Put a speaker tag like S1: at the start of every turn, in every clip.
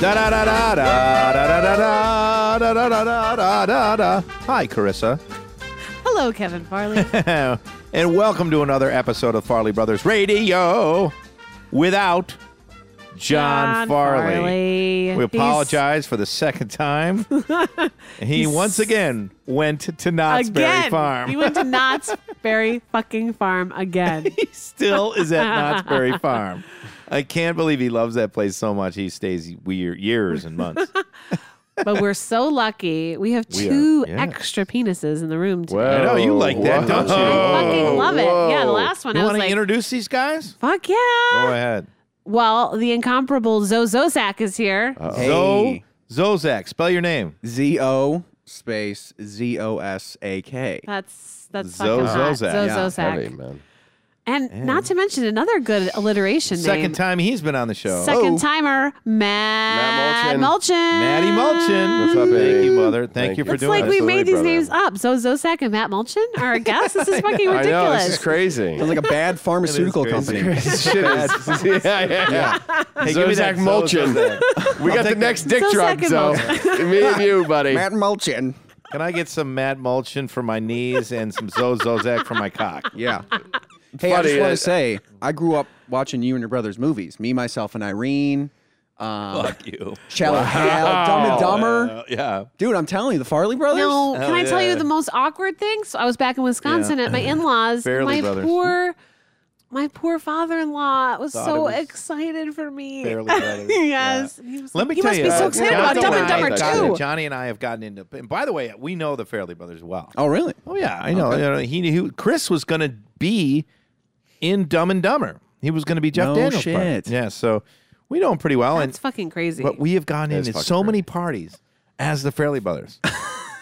S1: Da da da da da da da da da da da da da da da. Hi, Carissa,
S2: Hello, Kevin Farley.
S1: and welcome to another episode of Farley Brothers Radio without John, Farley. We
S2: He's-
S1: apologize for the second time. he once again went to Knott's Berry
S2: again.
S1: Farm.
S2: He went to Knott's Berry fucking farm again.
S1: he still is at Knott's Berry Farm. I can't believe he loves that place so much. He stays weird years and months.
S2: But we're so lucky. We have
S1: We are,
S2: two
S1: yeah.
S2: extra penises in the room today.
S1: I know you like that, don't you?
S2: I fucking love it. Yeah, the last one
S1: You
S2: I
S1: want
S2: was
S1: to
S2: like,
S1: introduce these guys?
S2: fuck yeah.
S1: Go ahead.
S2: Well, the incomparable Zozozak is here.
S1: Uh, Zo Zozak. Spell your name.
S3: Z O space Z O S A K.
S2: That's that's fucking hot.
S1: Zozozak.
S2: Zozozak.
S1: Yeah,
S4: Hey, man.
S2: And not to mention another good alliteration name.
S1: Second time Oh. he's been on the show. Oh,
S2: Second timer, Matt,
S4: Matt Mulchin.
S2: Mulchin.
S1: Maddie Mulchin.
S4: What's up,
S1: Thank
S4: Eddie?
S1: you, mother. Thank,
S4: Thank
S1: you for
S4: you.
S2: It's
S1: doing
S2: like
S1: it.
S2: we
S4: Absolutely,
S2: made these
S4: brother.
S2: names up. Zozak and Matt Mulchin are our guests. This is fucking ridiculous.
S4: I know this is crazy.
S3: Sounds like a bad pharmaceutical
S1: It is crazy.
S3: company.
S4: This shit is, yeah, yeah,
S1: Hey, give me that
S4: Zozak Mulchin.
S1: Zozak.
S4: We got the
S1: take
S4: next dick drop, so
S2: Zozak
S4: me and you, buddy.
S3: Matt Mulchin.
S1: Can I get some Matt Mulchin for my knees and some Zozozak for my cock?
S3: Yeah. Hey, I
S4: Funny,
S3: just want
S4: uh,
S3: to say, I grew up watching you and your brother's movies. Me, myself, and Irene. Um, Fuck you. Shallow Hal, Dumb and Dumber.
S1: Uh, yeah.
S3: Dude, I'm telling you, the Farley brothers.
S2: No, can I tell
S1: yeah.
S2: you the most awkward thing? So I was back in Wisconsin at my in-laws.
S1: Barely
S2: my
S1: brothers.
S2: poor, my poor father-in-law was
S1: Thought
S2: so
S1: it was
S2: excited for me.
S1: Barely brothers.
S2: yes, he, was
S1: Let
S2: like,
S1: me
S2: he
S1: tell
S2: must
S1: you,
S2: be so
S1: uh,
S2: excited
S1: Johnny
S2: about Dumb and
S1: I have
S2: Dumber
S1: gotten-
S2: too.
S1: Johnny and I have gotten into. And by the way, we know the Fairley Brothers well.
S3: Oh, really?
S1: Oh yeah, I know. You know, he, he Chris was going to be in Dumb and Dumber. He was going to be Jeff
S3: No
S1: Daniels. part.
S3: shit.
S1: Yeah, so we know him pretty well,
S2: That's
S1: and
S2: fucking crazy.
S1: but we have gone
S4: That's
S1: into
S4: fucking
S1: so many parties as the Fairley Brothers.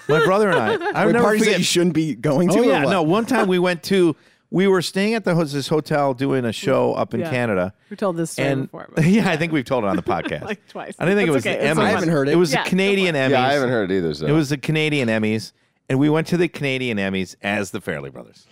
S1: My brother and I. I
S3: Wait,
S1: never
S3: parties
S1: forget.
S3: that you shouldn't be going to?
S1: Oh
S3: or
S1: yeah,
S3: what?
S1: no. One time we went to, we were staying at the ho- this hotel doing a show up in
S2: Yeah.
S1: Canada.
S2: We told this story
S1: and
S2: before, but-
S1: yeah, I think we've told it on the podcast
S2: Like twice.
S1: I didn't think it was
S2: That's
S1: the
S2: okay. It's
S1: Emmys.
S2: fine. I
S3: haven't heard it.
S1: It was
S2: Yeah,
S1: the
S2: don't
S1: Canadian Emmys.
S4: yeah, I haven't heard it either. So
S3: uh,
S1: It was the Canadian Emmys, and we went to the Canadian Emmys as the Fairley Brothers.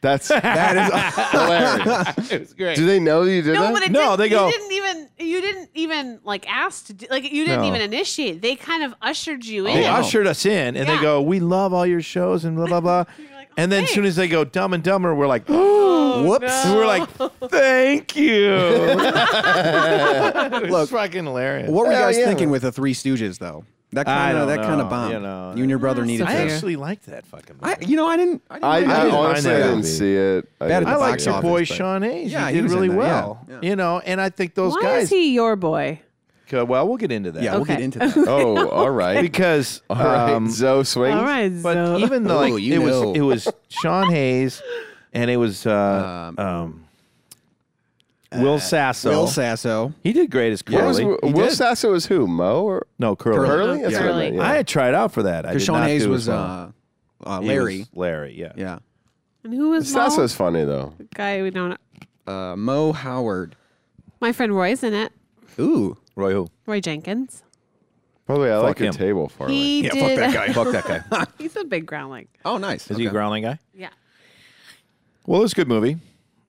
S4: that's that is hilarious.
S1: It was great.
S4: Do they know you did
S2: no,
S4: that?
S2: but it
S1: No,
S2: didn't,
S1: they go-
S2: You didn't even. You didn't even like ask to do, like you didn't
S1: No.
S2: even initiate. They kind of ushered you in.
S1: They ushered us in, and they
S2: Yeah.
S1: go, "We love all your shows," and blah blah blah.
S2: like, "Oh,
S1: and then as soon
S2: thanks.
S1: as they go Dumb and Dumber, we're like, "Oh,
S3: Whoops.
S1: and we're like, "Thank you." Look,
S3: Look,
S1: fucking hilarious.
S3: What were you
S4: Hell
S3: guys
S4: yeah.
S3: thinking with the Three Stooges, though? That
S1: I
S3: kind
S1: don't
S3: of that kind
S1: know,
S3: of bomb.
S1: you know.
S3: you and your brother needed
S1: I
S3: to.
S1: actually liked that fucking. Movie.
S3: I, you know, I didn't. I, didn't
S4: I,
S3: mind
S4: I
S3: it.
S4: honestly
S1: that
S4: I didn't
S1: movie.
S4: see it.
S3: Bad at
S4: didn't
S1: I
S3: the
S4: see
S1: liked
S3: box
S4: it.
S1: your
S3: office,
S1: boy
S3: but-
S1: Sean Hayes.
S3: Yeah,
S1: he
S3: he
S1: did
S3: was in
S1: really
S3: that, yeah,
S1: well.
S3: yeah.
S1: You know, and I think those
S2: Why
S1: guys.
S2: is he your boy?
S1: Uh, well, we'll get into that.
S3: Yeah, we'll get
S2: Okay.
S3: into that.
S4: Oh, all right.
S1: Because
S4: All right.
S1: um,
S4: Zoe swings.
S2: All right,
S1: But
S2: so
S1: even though like,
S3: Ooh, you
S1: it was
S3: know.
S1: it was Sean Hayes and it was uh, um,
S3: Um,
S1: Will Sasso.
S3: Will Sasso.
S1: he did great as
S4: What was,
S1: Curly.
S4: Will
S3: He did.
S4: Sasso was who? Mo or
S1: no, Curly.
S4: Curly? That's what I
S2: Curly.
S4: meant,
S1: I
S4: yeah.
S1: had tried out for that. I did
S3: Because Sean
S1: not
S3: Hayes
S1: do
S3: was
S1: as well.
S3: uh, uh,
S1: He
S3: Larry.
S1: was Larry, yeah.
S3: yeah.
S2: and who was Mo?
S4: Sasso's funny though.
S2: guy we don't.
S3: Uh, Mo Howard.
S2: My friend Roy's in it.
S3: Ooh.
S1: Roy who?
S2: Roy Jenkins.
S4: Probably I like
S1: him.
S4: your table for
S2: He
S1: Yeah, fuck
S2: did.
S1: that guy. fuck that guy.
S2: He's a big groundling.
S3: Oh, nice.
S1: Is he a
S3: Okay.
S1: growling guy?
S2: Yeah.
S1: Well, it was a good movie.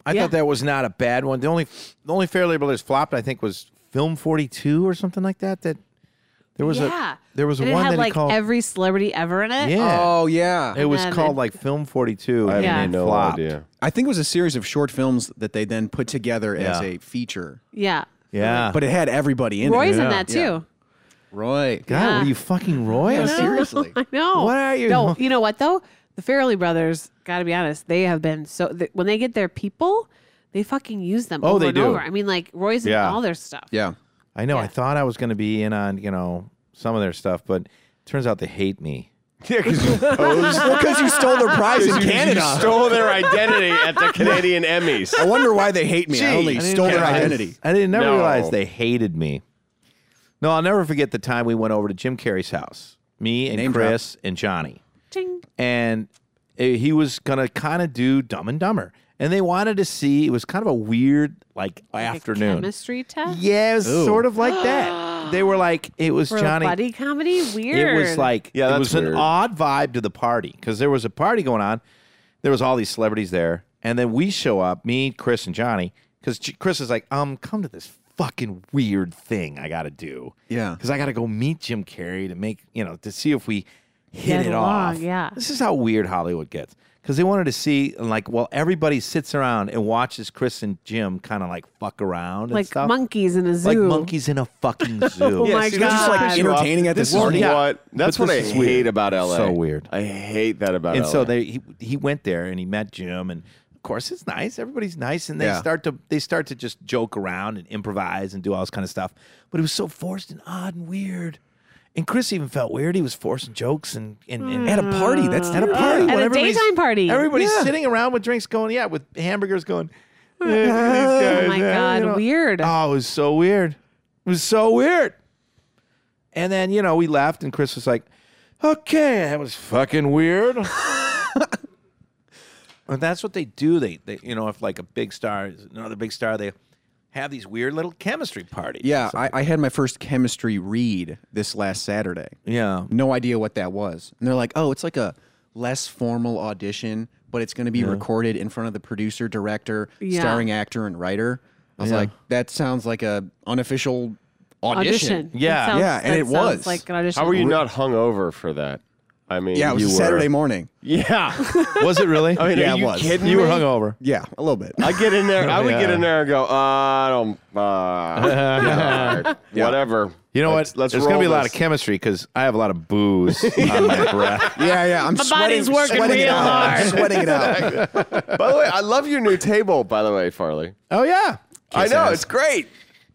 S1: I
S2: Yeah.
S1: thought that was not a bad one. The only the only Fairly Brothers flopped, I think, was Film Forty Two or something like that. That there was
S2: yeah.
S1: a there was
S2: and
S1: one
S2: it had
S1: that
S2: like
S1: he called
S2: every celebrity ever in it.
S1: yeah.
S3: Oh yeah.
S1: it was
S2: then
S1: called
S2: it-
S1: like Film Forty Two.
S4: I have
S2: Yeah.
S4: no
S1: flopped.
S4: idea.
S3: I think it was a series of short films that they then put together as
S1: Yeah.
S3: a feature.
S2: Yeah.
S1: Yeah,
S3: But it had everybody in
S2: Roy's
S3: it.
S2: in that too.
S3: Roy.
S1: God,
S2: Yeah.
S1: were you fucking Roy?
S3: Yeah, seriously.
S2: I know.
S1: What are you-
S2: No, you know what though? The Farrelly brothers, got to be honest, they have been so th- when they get their people, they fucking use them
S1: Oh,
S2: over
S1: they
S2: and
S1: do.
S2: over. I mean, like Roy's
S1: Yeah.
S2: in all their stuff.
S3: yeah.
S1: I know. I
S2: Yeah.
S1: thought I was going to be in on you know some of their stuff, but turns out they hate me.
S4: Yeah, because you
S3: Because you stole their prize in Canada.
S4: stole their identity at the Canadian Emmys.
S3: I wonder why they hate me. I only
S1: I didn't
S3: stole their
S1: realize-
S3: identity.
S1: I didn't never
S4: No.
S1: realize they hated me. No, I'll never forget the time we went over to Jim Carrey's house. Me and
S3: Name drop.
S1: Chris and Johnny.
S2: Ching.
S1: and uh, he was gonna kind of do Dumb and Dumber, and they wanted to see. It was kind of a weird like,
S2: Like a
S1: afternoon.
S2: chemistry test.
S1: yeah, it was
S3: Ooh.
S1: sort of like that. They were like, it was
S2: For
S1: Johnny.
S2: a buddy comedy, weird.
S1: It was like
S4: Yeah,
S1: it
S4: that's
S1: was an
S4: weird.
S1: odd vibe to the party because there was a party going on. There was all these celebrities there, and then we show up, me, Chris, and Johnny, because Chris is like, um, come to this fucking weird thing I got to do.
S3: Yeah.
S1: Because I got to go meet Jim Carrey to make, you know, to see if we hit
S2: Get
S1: it
S2: along,
S1: off.
S2: yeah.
S1: This is how weird Hollywood gets. Because they wanted to see, like, well, everybody sits around and watches Chris and Jim kind of like fuck around and
S2: like
S1: stuff.
S2: monkeys in a zoo.
S1: Like monkeys in a fucking zoo.
S2: Oh my
S4: see, they're just, like,
S2: God.
S3: entertaining at
S4: This
S3: the
S4: is
S3: party.
S4: what. That's
S1: But
S4: what I
S1: this is weird.
S4: hate about LA.
S1: So weird.
S4: I hate that about
S1: and
S4: LA.
S1: so they he, he went there and he met Jim and of course it's nice everybody's nice and they
S3: Yeah.
S1: start to they start to just joke around and improvise and do all this kind of stuff but it was so forced and odd and weird and Chris even felt weird he was forcing jokes and and, and
S3: At a party. That's
S1: at a party
S2: Hmm. At
S1: when
S2: a
S1: everybody's-
S2: daytime party.
S1: everybody's
S3: Yeah.
S1: sitting around with drinks going yeah with hamburgers going "Eh, these
S2: Oh
S1: guys,
S2: my
S1: eh," you
S2: god,
S1: know.
S2: weird.
S1: Oh, it was so weird. It was so weird. And then, you know, we left and Chris was like, okay, that was fucking weird. and that's what they do. They, they, you know, if like a big star is another big star, they have these weird little chemistry parties.
S3: Yeah, I, I had my first chemistry read this last Saturday.
S1: Yeah.
S3: No idea what that was. And they're like, oh, it's like a less formal audition, but it's going to be recorded in front of the producer, director,
S2: Yeah.
S3: starring actor, and writer. I was like, that sounds like a unofficial audition.
S2: audition. That
S1: Yeah.
S2: sounds-
S3: Yeah, and
S2: that
S3: it
S2: sounds
S3: was.
S2: like an audition.
S4: How were you not hungover for that? I mean,
S3: Yeah, it was
S4: you
S3: a
S4: were-
S3: Saturday morning.
S4: Yeah,
S1: Was it really?
S4: I mean,
S3: Yeah,
S4: are
S3: it
S4: you
S3: was.
S4: kidding
S1: you were
S4: me?
S1: hungover.
S3: Yeah, a little bit.
S4: I get in there. I would get
S1: Yeah.
S4: in there and go. Uh, I don't. Uh, all right, Whatever.
S1: You know
S4: Let's-
S1: what?
S4: Let's.
S1: There's gonna be a
S4: roll
S1: lot of
S4: this.
S1: chemistry because I have a lot of booze on my breath.
S3: yeah, yeah. I'm my sweating,
S2: body's working
S3: sweating it
S2: real
S3: out. I'm
S2: hard.
S3: sweating it out.
S4: By the way, I love your new table. By the way, Farley.
S1: Oh yeah.
S4: I know it's great.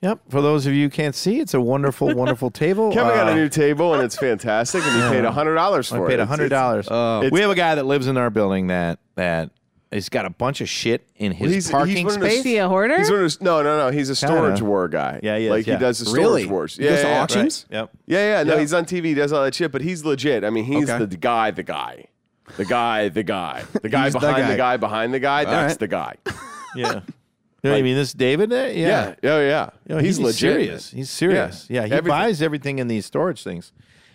S1: Yep. For those of you who can't see, it's a wonderful, wonderful table.
S4: Kevin got
S1: Uh,
S4: a new table and it's fantastic, and he paid hundred dollars for
S1: I
S4: it.
S1: paid
S4: It's- um,
S1: hundred dollars.
S4: it's-
S1: We have a guy that lives in our building that that has got a bunch of shit in his
S4: he's- he's
S1: parking
S4: one of those-
S1: space.
S2: Is he a hoarder?
S4: He's one of those, no, no, no. He's a storage
S1: Kinda.
S4: war guy.
S1: Yeah, he is,
S4: Like
S1: yeah.
S4: he does the storage
S3: Really?
S4: wars.
S3: He
S4: Yeah,
S3: goes to
S4: yeah, yeah.
S3: auction? Right.
S1: Yep.
S4: Yeah, yeah. No,
S1: Yeah.
S4: he's on TV. He does all that shit, but he's legit. I mean, he's
S3: Okay.
S4: the guy, the guy, the guy, the guy, the guy
S3: He's the
S4: behind the guy.
S3: guy.
S4: behind the guy. That's
S3: right.
S4: the guy.
S1: Yeah. You know what I mean? This David? there? Yeah.
S4: Yeah, yeah, yeah.
S1: You know,
S4: he's, legit.
S1: serious. He's serious. Yeah. he
S4: Everything.
S1: buys everything in these storage things.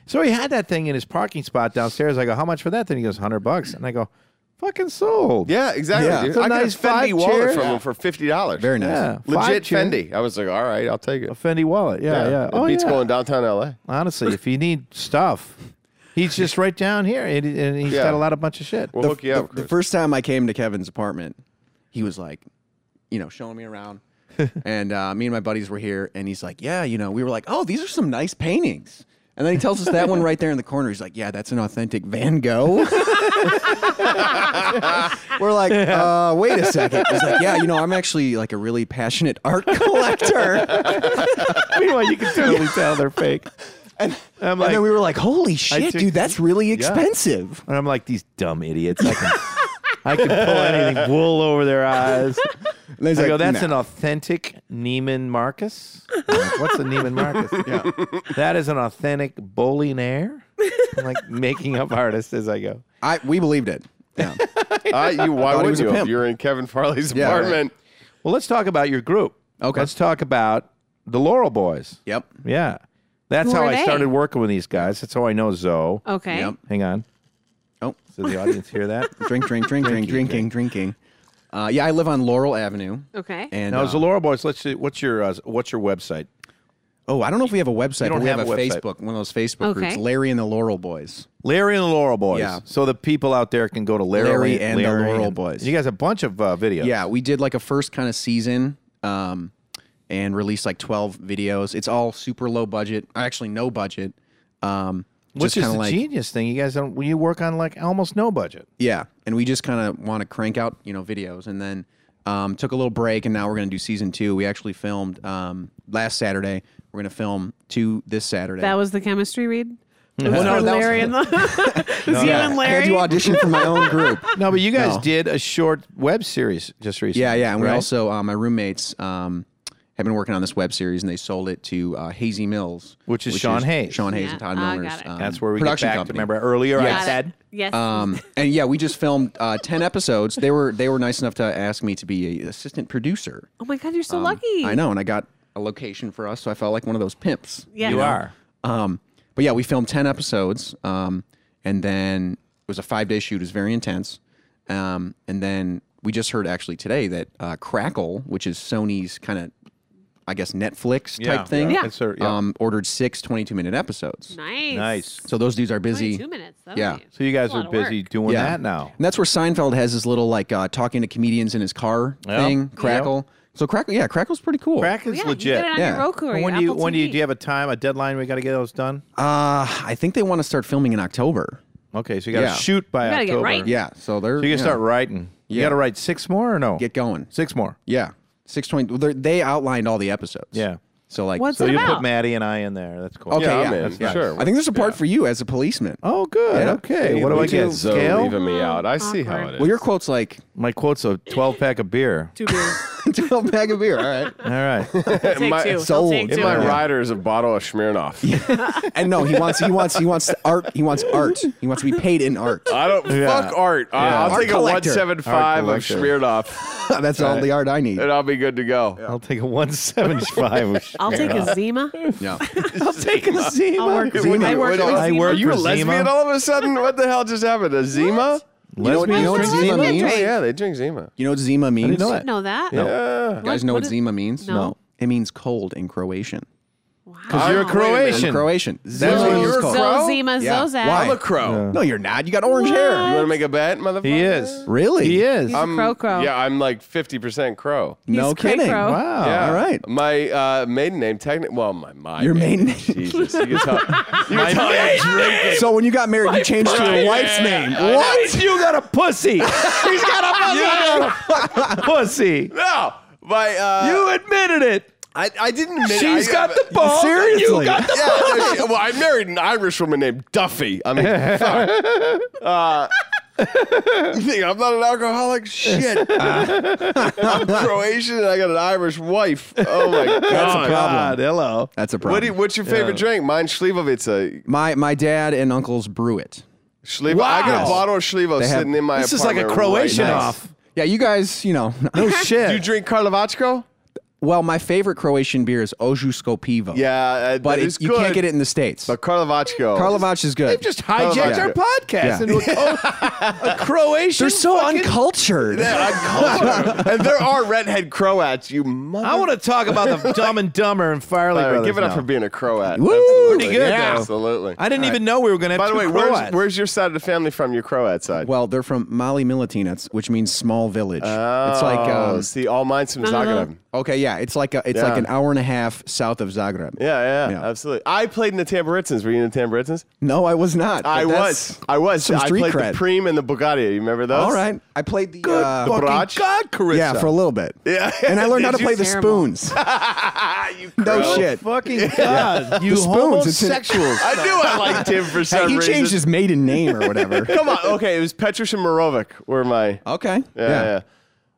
S1: So he had that thing in his parking spot downstairs. I go, how much for that? Then he goes, hundred bucks. And I go, fucking sold.
S4: Yeah, exactly.
S3: Yeah.
S4: dude.
S1: It's a
S4: I got
S1: nice
S4: a Fendi
S1: five
S4: wallet
S1: chair.
S4: from
S1: Yeah.
S4: him for fifty dollars.
S3: Very nice.
S1: Yeah. Five
S4: Legit
S1: chair.
S4: Fendi. I was like, all right, I'll take it.
S1: A Fendi wallet. Yeah. Yeah.
S4: It
S1: Oh,
S4: beats
S1: yeah.
S4: going downtown LA.
S1: Honestly, if you need stuff, he's just right down here, and, and he's
S4: Yeah.
S1: got a lot of bunch of shit.
S4: We'll hook you
S3: the,
S4: up.
S3: the
S4: Chris.
S3: first time I came to Kevin's apartment, he was like, you know, showing me around. and uh, me and my buddies were here, and he's like, yeah, you know, we were like, oh, these are some nice paintings. And then he tells us that one right there in the corner. He's like, yeah, that's an authentic Van Gogh. we're like, uh, wait a second. He's like, yeah, you know, I'm actually like a really passionate art collector.
S1: Meanwhile, you can totally tell they're fake.
S3: and,
S1: I'm
S3: and
S1: like-
S3: then we were like, holy shit,
S1: took-
S3: dude, that's really expensive.
S1: And I'm like, these dumb idiots. I can, I can pull anything wool over their eyes.
S3: And he's
S1: I
S3: like,
S1: go, that's
S3: "Nah."
S1: an authentic Neiman Marcus. I'm like, What's a Neiman Marcus? yeah. That is an authentic bowling air. I'm like making up artists as I go.
S3: I, we believed it. Yeah.
S4: I, Ah, you, why
S3: he
S4: would
S3: was a
S4: you? If
S3: pimp.
S4: you're in Kevin Farley's
S3: Yeah, right.
S4: apartment.
S1: Well, let's talk about your group.
S3: Okay.
S1: Let's talk about the Laurel Boys.
S3: yep.
S1: Yeah. That's
S2: Who
S1: how
S2: are
S1: I
S2: they? Oh.
S1: started working with these guys. That's how I know Zoe.
S2: okay.
S3: Yep.
S1: Hang on.
S3: Oh.
S1: Does the audience hear that?
S3: drink, drink, drink, drink, drinking, drinking. Uh, yeah, I live on Laurel Avenue.
S2: Okay.
S3: And
S1: Now,
S3: uh,
S1: it's the Laurel Boys, let's see. What's your, uh, what's your website?
S3: oh, I don't know if we have a website.
S1: don't
S3: but we
S1: have
S3: have,
S1: a
S3: a
S1: website.
S3: Facebook, one of those Facebook
S2: Okay.
S3: groups, Larry and the Laurel Boys.
S1: Larry and the Laurel Boys.
S3: Yeah.
S1: So the people out there can go to Larry,
S3: Larry and the Laurel Boys.
S1: You guys have a bunch of uh, videos.
S3: Yeah, we did like a first kind of season, um, and released like twelve videos. It's all super low budget, actually no budget. Um,
S1: Which
S3: just
S1: is
S3: kinda
S1: the
S3: like,
S1: genius thing. You guys don't. You work on like almost no budget.
S3: Yeah, and we just kind of want to crank out, you know, videos, and then um, took a little break, and now we're going to do season two. We actually filmed um, last Saturday. We're going to film two this Saturday.
S2: That was the chemistry read. It was
S3: no,
S2: for
S3: that was-
S2: Larry and the. it
S1: Oh,
S2: was you and
S3: I had
S2: Larry.
S3: to audition for my own group.
S1: No, but you guys
S3: No.
S1: did a short web series just recently.
S3: Yeah, yeah. And we
S1: right?
S3: also, uh, my roommates um, have been working on this web series, and they sold it to uh, Hazy Mills,
S1: Which is Sean Hayes.
S3: Sean Hayes
S2: Yeah.
S3: and Todd
S2: Ah,
S3: Miller's.
S2: got it.
S3: um,
S1: That's where we
S3: production
S1: get back
S3: company.
S1: to. Remember earlier
S2: Got
S1: I
S2: it.
S1: said
S2: yes.
S3: Um, and yeah, we just filmed uh, ten episodes. They were they were nice enough to ask me to be a assistant producer.
S2: oh my God, you're so lucky.
S3: I know, and I got a location for us, so I felt like one of those pimps.
S2: Yeah.
S1: you
S2: know.
S1: are.
S3: Um, but yeah, we filmed 10 episodes. Um, and then it was a five day shoot. It was very intense. Um, and then we just heard actually today that uh, Crackle, which is Sony's kind of I guess Netflix
S1: Yeah,
S3: type thing.
S1: yeah,
S2: Yeah.
S1: it's sort of- yeah.
S3: Um, ordered six 22 minute episodes.
S2: Nice.
S1: Nice.
S3: So those dudes are busy.
S2: Two minutes. That
S3: Yeah.
S2: was-
S1: So you guys
S2: That's a
S1: are
S2: lot of
S1: busy
S2: work.
S1: doing
S3: Yeah.
S1: that now.
S3: And that's where Seinfeld has his little like uh, talking to comedians in his car
S1: Yeah.
S3: thing,
S1: Yeah.
S3: Crackle. So Crackle, yeah, Crackle's pretty cool.
S1: Crack
S2: Yeah,
S1: is
S2: you
S1: legit.
S2: Get it on
S3: Yeah.
S2: your Roku or
S1: And
S2: your
S1: when do you
S2: Apple
S1: when do you
S2: TV.
S1: do you have a time a deadline? We got to get those done.
S3: Uh, I think they want to start filming in October.
S1: Okay, so you got to
S3: Yeah.
S1: shoot by
S2: You gotta get
S1: October.
S2: writing.
S3: Yeah, so they're
S1: So you can
S3: yeah,
S1: start writing. You
S3: Yeah.
S1: got to write six more or no?
S3: get going.
S1: six more.
S3: Yeah, six twenty. they're- They outlined all the episodes.
S1: Yeah.
S3: So like,
S2: What's
S1: So
S2: it
S1: you
S2: about?
S1: put Maddie and I in there. That's cool.
S3: Okay,
S4: yeah,
S3: yeah,
S4: I'm in.
S1: that's nice.
S4: Sure.
S3: I think there's a part for you as a policeman.
S1: Oh, good.
S3: Yeah.
S1: Okay. What do I get?
S4: Kids, uh,
S1: Scale.
S4: leaving me out. I see how it is.
S3: Well, your quote's like
S1: My quote's a twelve pack of beer.
S2: Two beers.
S3: 12 bag of beer. All right.
S1: All right.
S2: He'll take
S4: My-
S2: two.
S3: sold.
S2: He'll take
S4: In
S2: two.
S4: my
S3: Yeah.
S4: rider is a bottle of Smirnoff.
S3: And no, he wants he wants he wants art. He wants art. He wants to be paid in art.
S4: I don't fuck art. Uh, I'll
S3: Art
S4: take a
S3: collector.
S4: one seven five of
S1: Art collector.
S4: Smirnoff,
S3: That's all the art I need.
S4: and I'll be good to go.
S1: I'll take a one seven five.
S2: I'll take a Zima.
S3: Yeah.
S1: I'll take a Zima.
S2: I'll work.
S3: Zima.
S2: I work.
S4: Wait,
S2: with
S1: I
S2: Zima.
S1: work
S4: Are you
S1: for
S4: a lesbian
S1: Zima?
S4: all of a sudden? What the hell just happened? A Zima?
S3: You know what- you know what
S1: Lesbians drink
S3: Zima
S1: Zima?
S3: means?
S4: Oh yeah, they drink Zima.
S3: You know what Zima means?
S1: know
S2: Didn't know that.
S4: Yeah.
S3: You guys know
S2: What-
S3: what,
S2: what is-
S3: Zima means?
S2: No.
S3: It means cold in Croatian.
S2: Wow.
S1: Because you're a
S3: In
S1: Croatian.
S3: Croatian.
S1: That's
S3: what
S1: what
S3: means
S1: you're
S3: cold.
S4: called.
S2: Zo Zima
S3: Yeah.
S2: Zozak.
S3: Why?
S4: I'm a crow.
S3: No, you're not. You got orange
S4: You
S3: hair.
S4: want to make a bet, motherfucker?
S1: He is.
S3: Really?
S1: He is.
S2: He's a
S4: I'm-
S2: crow crow.
S4: Yeah, I'm like 50% crow.
S3: No
S2: He's great
S3: kidding.
S2: crow.
S1: Wow.
S4: Yeah.
S3: all right.
S4: My uh, maiden name, technically, well, my my
S3: Your maiden name.
S4: Jesus, you can tell. You can tell I'm drinking.
S3: So when you got married, you changed to your
S4: brother.
S3: wife's name.
S4: I know.
S3: What?
S1: You got a pussy. He's got a pussy. pussy.
S4: No, my uh,
S1: You admitted it.
S4: I, I didn't. Admit
S1: She's
S4: I,
S1: got the balls. and
S3: Seriously.
S1: You got the.
S4: Yeah, I mean, well, I married an Irish woman named Duffy. I mean, fuck. Uh, you think I'm not an alcoholic? Shit. I'm Croatian and I got an Irish wife. Oh my god.
S1: Oh, God, hello.
S3: That's a problem.
S4: What do you, what's your favorite drink? Mine Schlivovica.
S3: my my dad and uncles brew it.
S4: Schlivo. I got
S1: Wow.
S4: a bottle of Schlivo
S3: have-
S4: sitting in my
S1: This is like a
S4: apartment right
S1: Croatian
S4: now.
S1: off.
S3: Yeah, you guys, you know.
S1: No shit.
S4: Do you drink Karlovačko?
S3: well, my favorite Croatian beer is Ožujsko pivo.
S4: Yeah, uh,
S3: but
S4: that
S3: it's,
S4: is
S3: you
S4: good,
S3: can't get it in the states.
S4: But Karlovačko.
S3: Karlovac is good.
S1: They've just hijacked
S4: Yeah.
S1: our podcast
S3: Yeah.
S1: into a, a Croatian.
S3: They're so
S1: fucking-
S3: uncultured.
S4: Yeah, I called her. and there are redhead Croats. You mother.
S1: I want to talk about the Dumb and Dumber and Farley
S4: All right,
S1: brothers.
S4: give it up
S1: now.
S4: for being a Croat.
S3: Woo!
S4: Absolutely.
S1: Pretty good, though.
S4: Absolutely.
S1: I didn't even know we were going to have
S4: By the
S1: two
S4: way, where's,
S1: Croats.
S4: where's your side of the family from? Your Croat side.
S3: Well, they're from Mali Milutinets, which means small village. it's like
S4: oh,
S3: um,
S4: see, all mine's from Zagreb.
S3: okay, yeah, it's like a, it's
S4: Yeah.
S3: like an hour and a half south of Zagreb.
S4: Yeah, yeah,
S3: Yeah.
S4: absolutely. I played in the Tamburitsins. Were you in the Tamburitsins?
S3: No, I was not. but
S4: I
S3: that's-
S4: was. I was.
S3: some
S4: I
S3: street
S4: played
S3: cred.
S4: the Preem and the Bugatti. You remember those?
S3: All right, I played the
S1: Good
S3: uh,
S1: fucking
S4: Brach?
S1: God, Carissa.
S3: yeah for a little bit.
S4: Yeah.
S3: and I learned how to
S4: Did you-
S3: play the
S2: Terrible.
S3: spoons.
S4: Ah, you
S3: No
S4: crow.
S3: shit.
S1: Oh, Fucking God. You
S3: spoons, it's in-
S1: homosexuals.
S4: I knew I liked him for
S3: Hey,
S4: some
S3: he
S4: reason.
S3: changed his maiden name or whatever.
S4: Come on. Okay, it was Petrus and Morovic were my.
S3: okay,
S4: Yeah, yeah.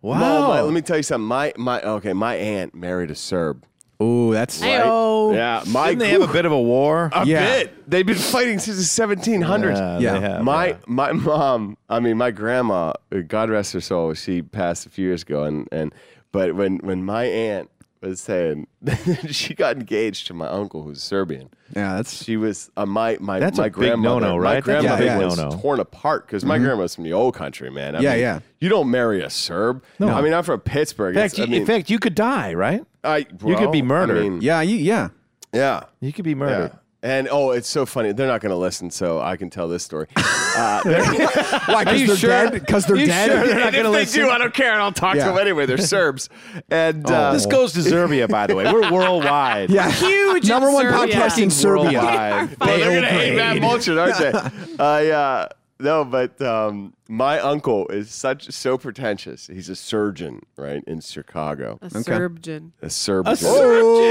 S1: Wow.
S4: Well, my- let me tell you something. My my okay, my aunt married a Serb.
S3: Ooh, that's
S2: Hey-oh.
S4: Yeah, my
S1: oh. Didn't they have a bit of a war?
S4: a
S3: Yeah.
S4: bit. They've been fighting since the 1700s.
S1: Yeah,
S3: Yeah.
S1: They have,
S4: my
S1: yeah.
S4: my mom, I mean my grandma, uh, God rest her soul, she passed a few years ago and and but when when my aunt was saying she got engaged to my uncle who's Serbian.
S2: oh.
S3: Yeah, that's
S4: She was uh, my my
S1: That's a
S4: my
S1: big
S4: grandmother.
S1: no-no,
S4: My
S1: right? That's a
S4: grandmother
S3: big
S4: was
S1: no-no. Mm-hmm.
S4: torn apart because my grandma's from the old country, man. I
S3: Yeah,
S4: mean,
S3: yeah.
S4: You don't marry a Serb. No, I mean I'm from Pittsburgh.
S1: In
S4: It's-
S1: fact,
S4: I
S1: you,
S4: mean,
S1: in fact, you could die, right?
S4: I,
S1: could
S4: well,
S1: be
S4: I
S1: murdered.
S4: mean,
S3: yeah, you, yeah.
S4: yeah.
S1: You could be
S4: Yeah.
S1: murdered.
S4: And oh, it's so funny. They're not going to listen, so I can tell this story. Uh, they're-
S3: Why?
S1: Are
S3: Because
S1: you
S3: they're
S1: sure?
S3: dead. Because they're
S1: You
S3: dead.
S1: sure? They're not
S4: and if
S1: gonna
S4: they
S1: listen.
S4: do, I don't care, and I'll talk
S3: Yeah.
S4: to them anyway. They're Serbs, and uh,
S1: This goes to Serbia, by the way. We're worldwide.
S3: Yeah.
S2: Huge
S3: Number
S2: in
S3: one
S2: Serbia.
S3: podcast in Serbia.
S4: worldwide.
S1: Oh,
S2: They
S4: Well, they're going to
S3: all
S4: hate Matt
S3: grade.
S4: Mulchin, aren't they? uh, yeah. No, but um, my uncle is such so pretentious. He's a surgeon, right, in Chicago.
S2: A surgeon.
S4: A Serb.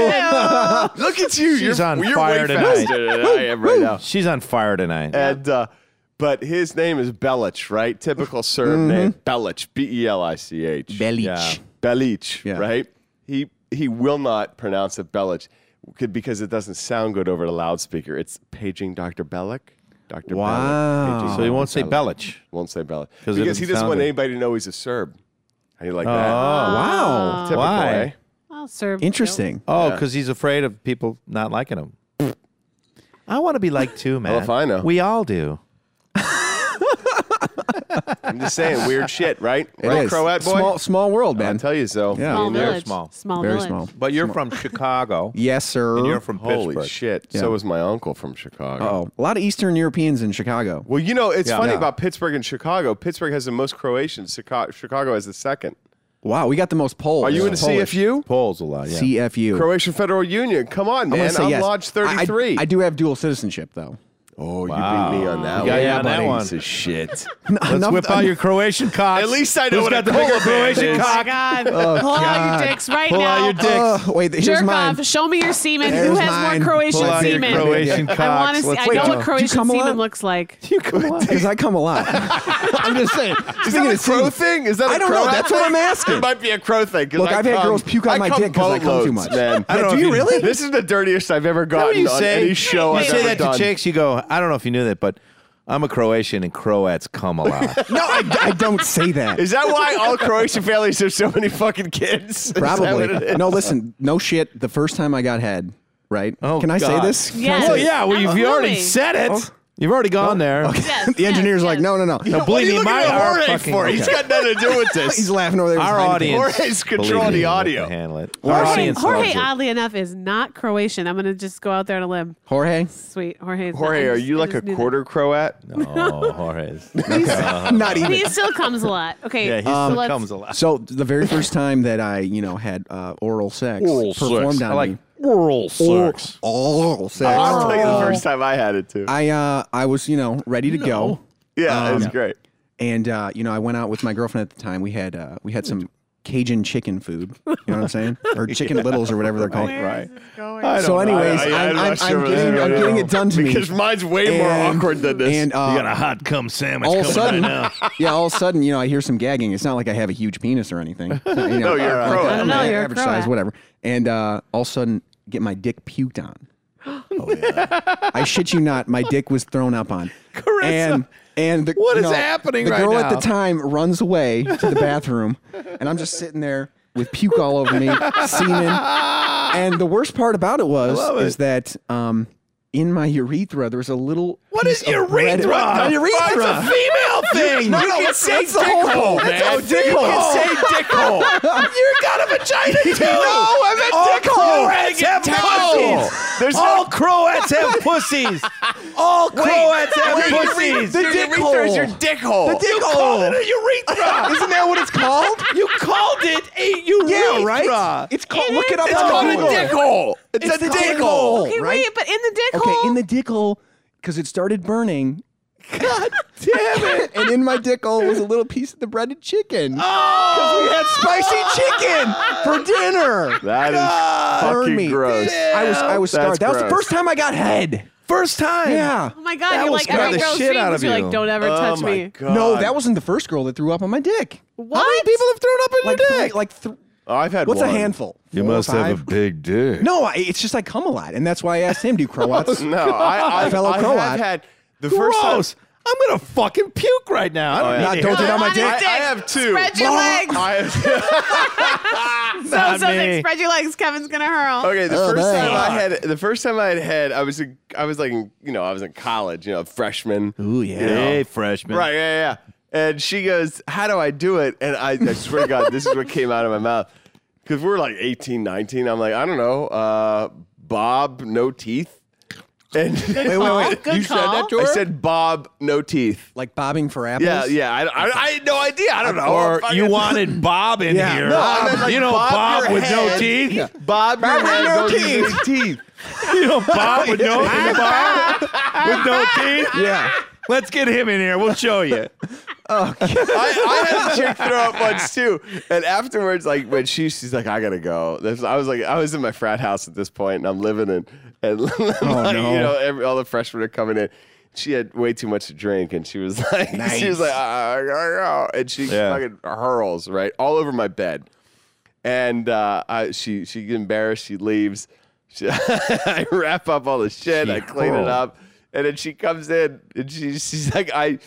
S4: Look at you.
S1: She's
S4: you're
S1: on
S4: you're
S1: fire
S4: way
S1: tonight.
S4: faster than I am right now.
S1: She's on fire tonight.
S4: And uh, but his name is Belic, right? Typical Serb
S1: Mm-hmm.
S4: name, Belic, B E L I C H.
S3: Belich.
S1: Yeah.
S4: Belic,
S3: Yeah.
S4: right? He he will not pronounce it Belic could- because it doesn't sound good over the loudspeaker. It's paging Dr. Belic. Dr.
S3: Wow.
S4: Belic.
S1: so you won't say Belich.
S4: won't say Belic
S1: 'Cause it
S4: because he
S1: doesn't
S4: doesn't
S1: sound
S4: want
S1: good.
S4: anybody to know he's a Serb. How do you like
S1: Oh,
S4: that?
S3: Wow.
S4: Typical,
S1: why?
S4: eh?
S2: Well, Serb.
S3: Interesting.
S1: Oh, because he's afraid of people not liking him. Oh, I want to be liked too, man.
S4: if I know.
S1: We all do.
S4: I'm just saying, weird shit, right?
S3: It
S4: right,
S3: is.
S4: Croat boy.
S3: Small, small world,
S4: I
S3: man.
S4: tell you so.
S3: Yeah.
S2: Small
S4: Being there-
S2: village.
S1: small.
S3: Very
S2: village.
S3: small.
S1: But you're from Chicago.
S3: Yes, sir.
S1: And you're from
S4: Holy
S1: Pittsburgh.
S4: shit!
S3: Yeah.
S4: So was my uncle from Chicago.
S3: Oh, a lot of Eastern Europeans in Chicago.
S4: Well, you know, it's
S1: Yeah.
S4: funny
S1: Yeah.
S4: about Pittsburgh and Chicago. Pittsburgh has the most Croatians. Chica- Chicago has the second.
S3: Wow, we got the most polls.
S4: Are you in the
S3: Polish.
S4: CFU?
S1: Polls a lot. Yeah.
S3: CFU.
S4: Croatian Federal Union. Come on,
S3: I'm gonna
S4: man.
S3: say
S4: I'm
S3: yes.
S4: Lodge
S3: I- I-
S4: 33.
S3: I, do have dual citizenship, though.
S4: oh, you beat me on that
S1: Yeah,
S4: one.
S1: yeah, on that
S4: buddy.
S1: one.
S4: Piece of shit.
S1: Let's
S3: Enough-
S1: whip out your Croatian cock.
S4: At least I know
S1: Who's
S4: what
S1: got the
S4: a
S1: bigger
S4: cola band
S1: Croatian
S4: is.
S2: Oh my
S1: cock.
S2: God. Pull out your dicks right
S1: Pull
S2: now.
S1: out your dick.
S3: Uh, wait, here's
S2: Jerk
S3: mine.
S2: off. Show me your semen. Who
S3: Here's
S2: has
S3: mine.
S2: more Croatian
S1: Pull out your
S2: semen?
S1: Croatian
S2: I want to
S1: cocks.
S2: see. I
S1: Let's
S2: know
S1: go.
S2: what Croatian
S3: come a lot?
S2: semen looks like.
S3: You come Because I come a lot. I'm just saying.
S4: Is that a crow thing? Is that
S3: I
S4: a
S3: don't
S4: crow
S3: know. That's what I'm asking.
S4: It might be a crow thing. 'cause
S3: Look,
S4: I
S3: I've had
S4: come-
S3: girls puke on
S4: I
S3: my
S4: come
S3: dick 'cause I come too
S4: boatloads,
S3: much.
S4: Man.
S1: I don't know
S3: do
S1: if
S3: you really?
S4: This is the dirtiest I've ever
S1: What
S4: gotten
S1: do you
S4: on
S1: say?
S4: any show
S1: you
S4: I've
S1: say
S4: ever
S1: that
S4: done.
S1: to chicks. You go. I don't know if you knew that, but I'm a Croatian, and Croats come a lot.
S3: No, I, I don't say that.
S4: Is that why all Croatian families have so many fucking kids? Is that what it
S3: Probably.
S4: is?
S3: No, listen. No shit. The first time I got head, right?
S1: Oh,
S3: Can I say
S1: God.
S3: this? Can I
S2: Yes.
S3: say Oh.
S1: well,
S3: this?
S1: yeah. Well, you've you already
S2: Absolutely.
S1: said it. You've already gone there.
S2: Yes,
S3: The
S2: yes,
S3: engineer's like,
S2: yes.
S3: no, no, no.
S1: No,
S4: What are
S1: believe
S4: you
S1: me,
S4: looking
S1: my
S4: at
S1: our
S4: Jorge
S1: fucking-
S4: for? He's got nothing to do with
S3: He's
S4: this.
S3: laughing over there.
S1: Our
S3: behind the-
S1: audience.
S4: Jorge's control
S1: believe
S4: the
S1: me,
S4: audio.
S1: can Handle it.
S3: Jorge-
S1: Our
S2: Jorge-
S1: audience
S2: Jorge,
S1: loves it.
S2: oddly enough, is not Croatian. I'm going to just go out there on a limb.
S3: Jorge.
S2: Sweet. Jorge. is not-
S4: Jorge,
S2: I
S4: are
S2: just-
S4: you
S2: I
S4: like
S2: just
S4: a
S2: knew that.
S4: quarter Croat?
S1: Oh, Jorge's.
S4: Uh-huh.
S3: Not even.
S2: He still comes a lot. Okay.
S1: Yeah, he
S3: Um,
S2: so
S1: still
S2: let's-
S1: comes a lot.
S3: So the very first time that I, you know, had uh, oral sex performed on
S1: I like
S3: me.
S1: oral sex.
S3: Oral sex.
S4: I'll tell you the first time I had it too.
S3: Oh. I um, uh, I was, you know, ready to go,
S4: yeah, it was great.
S3: and uh, you know, I went out with my girlfriend at the time. We had uh, we had some Cajun chicken food. You know what I'm saying? Or chicken littles or whatever they're called.
S1: Right.
S4: I don't
S3: So,
S4: know.
S3: anyways,
S4: I- I-
S3: I'm,
S4: I'm
S3: I'm,
S4: not
S3: I'm
S4: sure what
S3: getting,
S4: that
S3: I'm
S4: is.
S3: getting it done to me.
S4: Because mine's way more
S3: And-
S4: awkward than this.
S3: And uh,
S1: You got a hot cum sandwich
S3: all of a
S1: coming
S3: sudden,
S1: right now.
S3: yeah, all of a sudden, you know, I hear some gagging. It's not like I have a huge penis or anything. It's not, you
S4: No,
S3: know,
S4: you're a
S3: like,
S4: crow.
S3: I'm
S2: No,
S3: an
S2: you're a
S3: average
S2: crow.
S3: size, whatever. And uh, all of a sudden, get my dick puked on.
S1: Oh,
S3: I shit you not, my dick was thrown up on.
S1: Carissa,
S3: and and the,
S1: what
S3: you
S1: is
S3: know,
S1: happening
S3: The
S1: right
S3: girl at the
S1: now?
S3: time runs away to the bathroom, and I'm just sitting there with puke all over me, semen. And the worst part about it was
S1: love
S3: is
S1: it.
S3: that um, in my urethra there was a little.
S1: What
S3: piece
S1: is
S3: of bread-
S1: urethra?
S3: My urethra.
S1: It's a female thing.
S3: No,
S1: you
S3: no,
S1: can
S3: that's-
S1: say
S3: that's the whole-
S1: dick hole,
S3: that's
S1: man.
S3: a dick
S1: you
S3: hole.
S1: can say dick hole. you got a vagina too.
S3: No, I'm a
S1: All
S3: dick hole.
S1: Croats have
S3: hole.
S1: pussies. All Croats have pussies. All Croats have pussies.
S3: The
S4: your
S3: dick
S4: urethra
S3: hole.
S4: is your dick hole.
S3: The dick
S1: You
S3: hole.
S1: called it a urethra.
S3: Isn't that what it's called?
S1: You called it a urethra.
S3: yeah, right. It's called. look it up.
S4: it's
S3: on
S4: called
S3: Google.
S4: a dick hole. It's,
S3: It's
S4: a
S3: called
S4: dick hole.
S2: Okay,
S3: right?
S2: wait, but in the dick
S3: Okay,
S2: hole.
S3: in the dick hole because it started burning. God damn it! and in my dick hole was a little piece of the breaded chicken.
S1: Oh,
S3: We had spicy chicken for dinner.
S4: That is
S3: Burn
S4: fucking
S3: me.
S4: gross.
S3: I was I was
S4: That's
S3: scarred. That was the
S4: gross.
S3: first time I got head.
S1: first time.
S3: Yeah.
S2: oh my God.
S1: That
S2: you're
S1: will
S2: like,
S1: scare
S2: every
S1: the
S2: girl
S1: shit out of
S2: screams. You're
S1: you.
S2: like, don't ever
S4: Oh
S2: touch
S4: my
S2: me.
S4: God.
S3: No, that wasn't the first girl that threw up on my dick.
S2: What?
S3: How many people have thrown up on
S1: your
S3: like
S1: dick?
S3: Three, like th-
S4: Oh, I've had
S3: what's
S4: one.
S3: a handful?
S1: You
S3: Four or
S1: must have a
S3: five?
S1: big dick.
S3: No, I, it's just I come a lot, and that's why I asked him, "Do you Croats?"
S4: No, I, I,
S3: Fellow
S4: I
S3: Croat.
S4: have had the first time. Oh,
S1: Gross. I'm gonna fucking puke right now. I don't
S4: yeah.
S1: need
S3: Not-
S1: to hear
S3: don't
S1: that.
S3: do that on my dick.
S4: I, I have two.
S2: Spread your legs.
S4: I have,
S2: So,
S1: Not
S2: something.
S1: me.
S2: Spread your legs. Kevin's going to hurl.
S4: okay, the
S3: Oh,
S4: first
S3: man.
S4: time I had the first time I had had I was a, I was like in- you know I was in college you know a freshman.
S3: Ooh, yeah.
S4: you know.
S1: Hey, freshman.
S4: Right, yeah, yeah. And she goes, How do I do it? And I, I swear to God, this is what came out of my mouth. Because we're like 18, 19. I'm like, I don't know. Uh, Bob, no teeth. And
S3: Wait, wait, wait.
S2: Good
S3: you said
S2: call.
S3: that to
S4: I
S3: her?
S4: said, Bob, no teeth.
S3: like bobbing for apples.
S4: Yeah, yeah. I, I, I had no idea. I don't know.
S1: Or
S4: Fucking-
S1: you wanted Bob in
S3: Yeah.
S1: here.
S3: No,
S4: I meant, like,
S1: you know
S4: Bob,
S1: Bob,
S4: your
S1: with no
S4: head.
S1: teeth.
S4: Bob, your
S3: with
S4: head,
S3: no
S4: don't use
S3: teeth.
S4: any teeth.
S1: You know Bob with no Bob with no teeth.
S3: Yeah.
S1: Let's get him in here. We'll show you.
S4: I, I had a chick throw up once too, and afterwards, like when she she's like, I gotta go. This, I was like, I was in my frat house at this point, and I'm living in, and like,
S3: no.
S4: you know, every, all the freshmen are coming in. She had way too much to drink, and she was like, she was like, I gotta go, and she
S1: Yeah.
S4: fucking hurls right all over my bed, and uh, I, she she gets embarrassed, she leaves. She, I wrap up all the shit,
S1: She
S4: I clean
S1: hurled.
S4: it up up, and then she comes in and she, she's like, I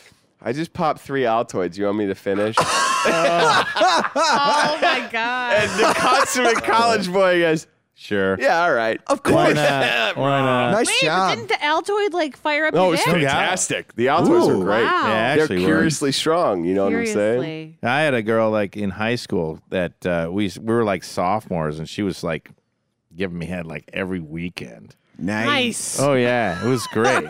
S4: I just popped three Altoids. You want me to finish?
S2: Oh my God. Oh
S4: and the consummate college boy Oh, goes,
S1: Sure.
S4: Yeah, all right.
S3: Of
S1: Why
S3: course.
S1: not? Why not?
S3: Nice
S2: Wait, but
S3: job.
S2: didn't the Altoid like fire up
S4: Oh,
S2: your
S4: it's
S2: dick?
S4: fantastic. The Altoids
S3: Ooh.
S4: are great.
S2: Wow.
S1: Yeah,
S4: They're
S1: actually, were.
S4: curiously strong. You know what I'm saying?
S2: Seriously.
S1: I had a girl like in high school that uh, we we were like sophomores, and she was like giving me head like every weekend.
S2: Nice.
S1: Oh yeah, it was great.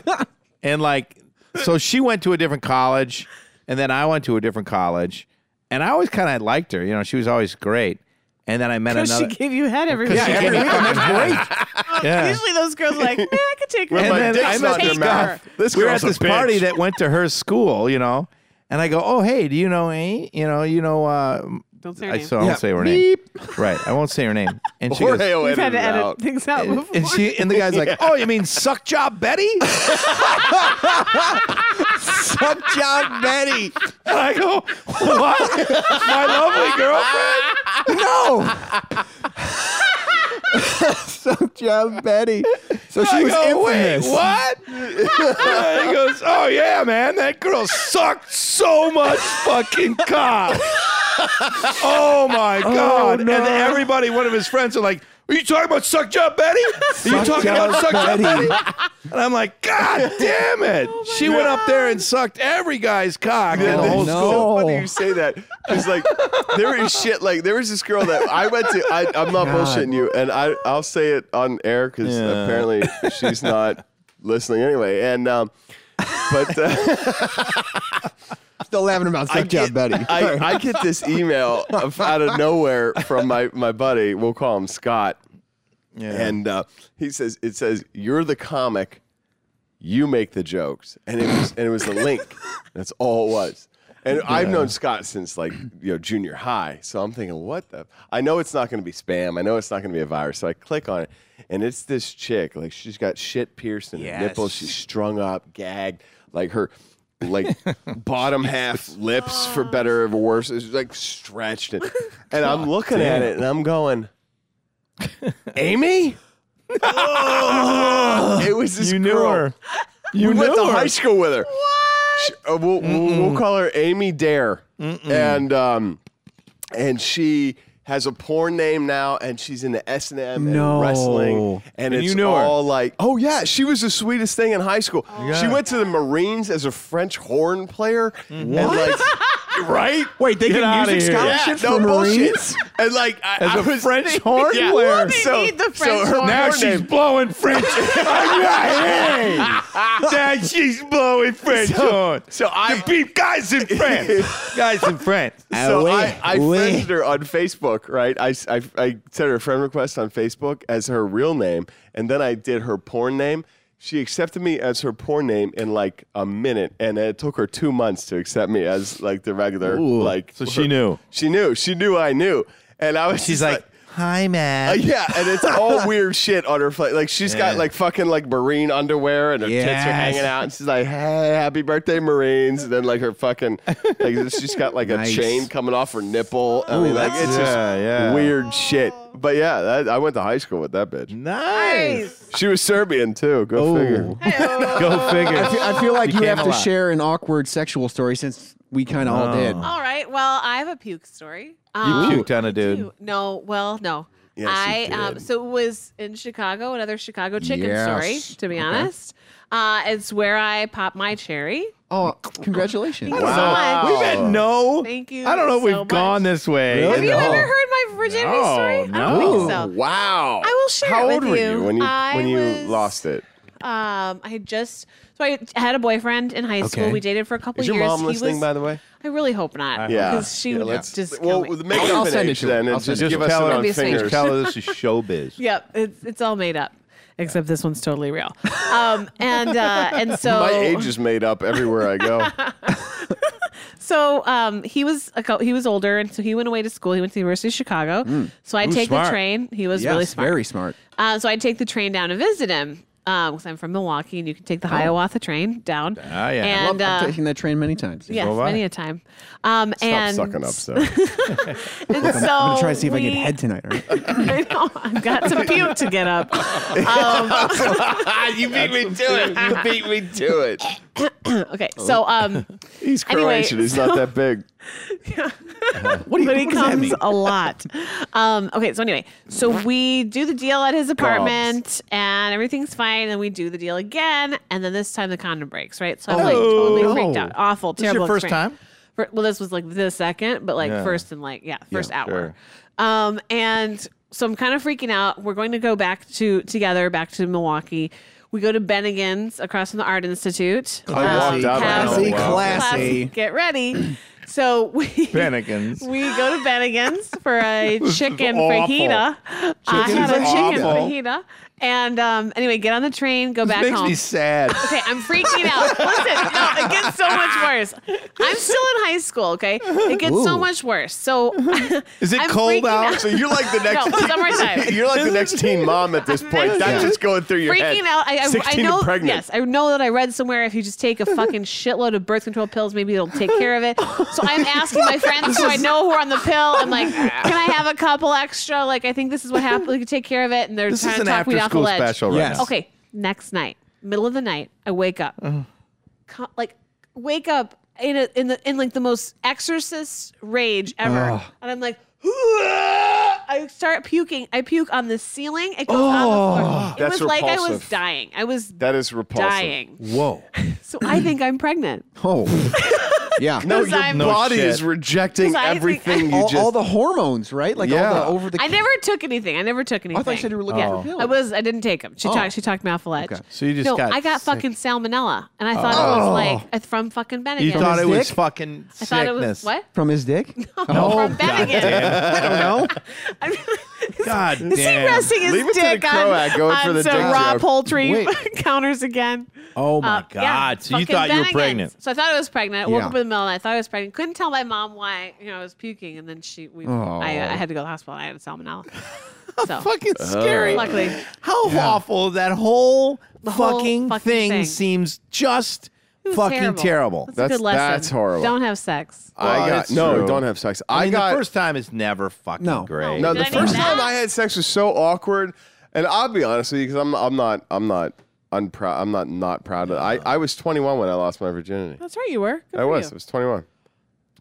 S1: and like, so she went to a different college, and then I went to a different college, and I always kind of liked her. You know, she was always great. And then I met
S2: Because she
S1: another.
S2: gave you head every
S1: Yeah,
S2: week.
S1: every week. That's great. Yeah.
S2: Usually those girls are like, man, I could take
S4: With
S2: that.
S4: my
S1: And then
S4: dick's
S1: I
S4: not
S1: met
S4: in
S1: this
S4: your mouth. This
S1: we were at
S4: girl's a
S1: this party
S4: bitch.
S1: that went to her school, you know, and I go, "Oh, hey, do you know, eh? you know, you know, uh,
S2: Don't say her
S1: I,
S2: name.
S1: so I won't say her name, right? I won't say her name." And she goes,
S4: Jorge will
S2: We've had
S4: edit
S2: to
S4: it
S2: edit
S4: out.
S2: things out before.
S1: and she and the guy's like, "Oh, you mean suck job, Betty?"
S3: Suck job, Betty.
S1: And I go, "What, my lovely girlfriend?"
S3: No. Oh! Suck job, Betty. So she
S1: I
S3: was
S1: go,
S3: infamous.
S1: Wait, what? And he goes, "Oh yeah, man, that girl sucked so much fucking cock. oh my god!"
S3: no.
S1: And then everybody, one of his friends, are like, "Are you talking about suck job, Betty? Are you
S3: Suck
S1: talking
S3: job,
S1: about suck job,
S3: Betty." Oh,
S1: Betty?" And I'm like, "God damn it!" she went up there and sucked every guy's cock in the
S4: that's
S1: whole
S3: no.
S1: school.
S4: so funny you say that. Because like there is shit. Like there was this girl that I went to. I, I'm not bullshitting you, and I I'll say it on air because
S1: Yeah.
S4: apparently she's not listening anyway. And um, but. Uh,
S3: Still laughing about suck job, Betty.
S4: I, I get this email of- out of nowhere from my, my buddy. We'll call him Scott. And uh, he says, it says, you're the comic, you make the jokes. And it was, and it was a link. That's all it was. And I've known Scott since like, you know, junior high. So I'm thinking, what the? I know it's not going to be spam. I know it's not going to be a virus. So I click on it and it's this chick. Like she's got shit pierced in her nipples. She's strung up, gagged. Like her, like bottom half lips for better or worse is like stretched and, and I'm
S1: Oh,
S4: looking at it and I'm going Amy it was this
S1: you knew
S4: girl.
S1: her. You
S4: we
S1: knew
S4: went to
S1: her.
S4: high school with her She- uh, we'll, we'll, we'll call her Amy Dare and um and she has a porn name now and she's into S&M and
S3: No.
S4: wrestling and,
S1: And
S4: it's
S1: you knew her.
S4: all like oh yeah she was the sweetest thing in high school she
S1: Yeah.
S4: went to the Marines as a French horn player and like
S1: right?
S3: Wait, they
S1: Get
S3: get
S1: outta
S3: music
S1: here.
S3: scholarships
S4: no
S3: for
S4: bullshit.
S3: Marines?
S4: And like I,
S1: As
S4: I
S1: a
S4: was,
S1: French horn
S4: yeah.
S1: player.
S2: They
S4: So,
S2: need the
S4: so
S2: French
S4: her
S2: horn.
S1: Now
S4: porn
S1: she's
S4: name-
S1: blowing French. now she's blowing French on.
S4: so I-
S1: the beef guys in France. guys in France.
S4: So
S3: Ah,
S4: I, I
S3: oui, oui.
S4: friended her on Facebook, right? I, s- I, I sent her a friend request on Facebook as her real name, and then I did her porn name. She accepted me as her porn name in like a minute, and it took her two months to accept me as like the regular. like,
S1: so she knew.
S4: She knew. She knew I knew, and I was.
S1: She's
S4: just
S1: like, "Hi,
S4: Uh,
S1: man."
S4: yeah, and it's all weird shit on her flight. Like she's got
S1: Yeah.
S4: like fucking like marine underwear, and her tits are
S3: Yes.
S4: hanging out, and she's like, "Hey, happy birthday, Marines!" And then like her fucking like she's got like
S3: Nice.
S4: a chain coming off her nipple. I mean, like it's just
S1: yeah, yeah.
S4: weird shit. But yeah, that, I went to high school with that bitch.
S1: Nice.
S4: She was Serbian too. Go figure.
S1: Go figure.
S3: I feel- I feel like you
S1: Became
S3: have
S1: a
S3: to
S1: lot.
S3: share an awkward sexual story since we kind of all did.
S1: Oh.
S2: All right. Well, I have a puke story. Um,
S1: you puked on a dude.
S2: Ew. No, well, no.
S4: Yes, you
S2: I um
S4: did.
S2: so it was in Chicago, another Chicago chicken
S3: Yes.
S2: story, to be honest. Uh it's where I pop my cherry.
S3: Oh, congratulations!
S2: Wow. Wow.
S1: We've
S4: Oh.
S1: had no.
S2: Thank you
S1: I don't know if
S2: so
S1: we've
S2: much.
S1: gone this way.
S3: Really?
S2: Have you
S1: No.
S2: ever heard my virginity
S1: No,
S2: story? I
S1: no.
S2: don't think so.
S4: Wow.
S2: I will share
S4: How
S2: it
S4: old
S2: with
S4: were
S2: you.
S4: you when you
S2: I
S4: when you
S2: was-
S4: lost it?
S2: Um I had just so I had a boyfriend in high school.
S3: Okay.
S2: We dated for a couple
S4: Is your
S2: years.
S4: mom
S2: He
S4: listening,
S2: was-
S4: by the way?
S2: I really hope not.
S4: Yeah.
S2: Because she
S4: Yeah,
S2: would
S4: let's-
S2: just
S4: well,
S2: kill me.
S4: make
S3: I'll
S4: up an
S3: send it
S4: age
S3: to her.
S4: then,
S3: I'll
S4: and
S3: send
S4: just
S3: it
S1: Just
S4: give us
S1: tell
S4: it
S1: her,
S2: That'd be
S4: on
S2: a snake.
S4: fingers.
S1: tell her this is showbiz.
S2: Yep, it's it's all made up. Except this one's totally real. Um, and uh, and so
S4: My age is made up everywhere I go.
S2: So um, he was a co- he was older, and so he went away to school. He went to the University of Chicago. So I would
S1: Ooh,
S2: take
S1: smart.
S2: the train. He was
S3: Hmm. Yes,
S2: really smart.
S3: very smart.
S2: Uh, so I would take the train down to visit him because I'm from Milwaukee, and you can
S3: Oh.
S2: take the Hiawatha train down.
S1: Ah, yeah.
S2: and
S3: Love- I've
S2: uh,
S3: taken that train many times.
S2: yes,
S1: So have I.
S2: many a time. Um,
S4: Stop
S2: and
S4: sucking up stuff.
S2: and so
S3: I'm gonna try to see if I
S2: we-
S3: can head tonight. all right?
S2: I know, I've got some puke to get up. Um,
S4: you beat me to it. You beat me to it.
S2: okay, so um,
S4: He's
S2: Anyway,
S4: Croatian. He's not that big.
S3: What do you
S2: but he
S3: what does that
S2: comes
S3: mean?
S2: a lot. Um, okay, so anyway, so we do the deal at his apartment, and everything's fine. And we do the deal again, and then this time the condom breaks, right? So I'm like totally freaked out, awful,
S1: your
S2: terrible.
S1: first
S2: experience.
S1: time?
S2: Fir- well, this was like the second, but like
S1: Yeah.
S2: first and like yeah, first
S1: sure.
S2: hour. Um, and so I'm kind of freaking out. We're going to go back to together back to Milwaukee. We go to Bennigan's across from the Art Institute.
S4: I walked out.
S2: have-
S4: I
S3: Classy,
S4: don't know.
S3: classy.
S2: Get ready. So we
S1: Bennigan's.
S2: We go to Bennigan's for a chicken
S1: awful.
S2: fajita. I
S1: Chicken
S2: had a chicken
S1: awful.
S2: fajita. And um, anyway, get on the train, go back
S1: Makes
S2: home.
S1: me sad.
S2: Okay, I'm freaking out. Listen, no, it gets so much worse. I'm still in high school, okay? It gets so
S3: Ooh.
S2: much worse. So
S1: Is it
S2: I'm
S1: cold
S2: freaking
S1: out?
S4: So you're like the
S2: No,
S4: next.
S2: summertime.
S4: You're like the next teen mom at this point. That's just going through your head.
S2: freaking out. I, I, I
S4: 16
S2: know.
S4: and pregnant.
S2: Yes, I know that I read somewhere if you just take a fucking shitload of birth control pills, maybe it'll take care of it. So I'm asking my friends who I know who are on the pill. I'm like, can I have a couple extra? Like, I think this is what happened. We could take care of it, and they're
S1: This
S2: trying
S1: is
S2: to
S1: an
S2: talk me
S1: after
S2: off the
S1: school
S2: ledge.
S1: special right
S3: Yes.
S1: now.
S2: Okay, next night, middle of the night, I wake up, Co- like wake up in a, in the in like the most exorcist rage ever, and I'm like. I start puking. I puke on the ceiling. It goes on the floor. It
S4: That's
S2: was like I was
S4: repulsive.
S2: dying. I was
S4: That is repulsive.
S2: dying.
S1: Whoa.
S2: So I think I'm pregnant.
S3: Oh, yeah.
S4: No,
S2: 'Cause
S4: your
S2: I'm-
S1: No
S4: body
S1: shit.
S4: is rejecting
S2: 'Cause I think-
S4: everything you
S3: all,
S4: just.
S3: all the hormones, right? Like all
S4: Yeah.
S3: the over the.
S2: I never took anything. I never took anything.
S3: I thought you said you were looking for pills.
S2: I was. I didn't take them. She
S3: Oh.
S2: talked. She talked me off the ledge.
S3: Okay.
S1: So you just
S2: no,
S1: got
S2: I got
S1: sick.
S2: fucking salmonella, and I thought it was like it's from fucking Bennigan.
S1: You thought
S3: his
S1: it was
S3: dick?
S1: fucking
S2: I
S1: sickness.
S2: thought it was what?
S3: from his dick.
S1: Oh,
S2: from Bennigan.
S1: I don't know.
S2: I'm-
S1: God
S2: Is he
S1: damn.
S2: resting his
S4: Leave it to the
S2: dick on,
S4: Croat going for
S2: on
S4: the
S2: some
S4: dick
S2: raw
S4: joke.
S2: poultry
S3: Wait.
S2: counters again?
S1: Oh my
S2: Uh,
S1: God.
S2: yeah,
S1: so you
S2: fucking
S1: thought you were
S2: Bennigan's.
S1: pregnant.
S2: So I thought I was pregnant. I woke
S3: Yeah.
S2: up in the middle and I thought I was pregnant. Couldn't tell my mom why, you know, I was puking and then she we I,
S4: Oh.
S2: I had to go to the hospital. I had salmonella. So
S1: Fucking
S4: Uh,
S1: scary.
S2: luckily
S1: How awful that whole,
S2: whole
S1: fucking,
S2: fucking
S1: thing,
S2: thing.
S1: seems just
S2: it was
S1: fucking terrible.
S2: That's, a
S4: That's-
S2: good lesson.
S4: that's horrible.
S2: Don't have sex.
S1: Well,
S4: I got
S1: it's
S4: no.
S1: true.
S4: Don't have sex. I,
S1: I mean,
S4: got
S1: the first time is never fucking
S3: No.
S1: great.
S4: no.
S2: Did
S4: The
S2: I need
S4: first time
S2: that?
S4: I had sex was so awkward, and I'll be honest with you because I'm I'm not I'm not unproud. I'm not not proud. Of it. I I was 21 when I lost my virginity.
S2: That's right, you were. Good
S4: I
S2: for
S4: was. I
S2: You.
S4: was 21.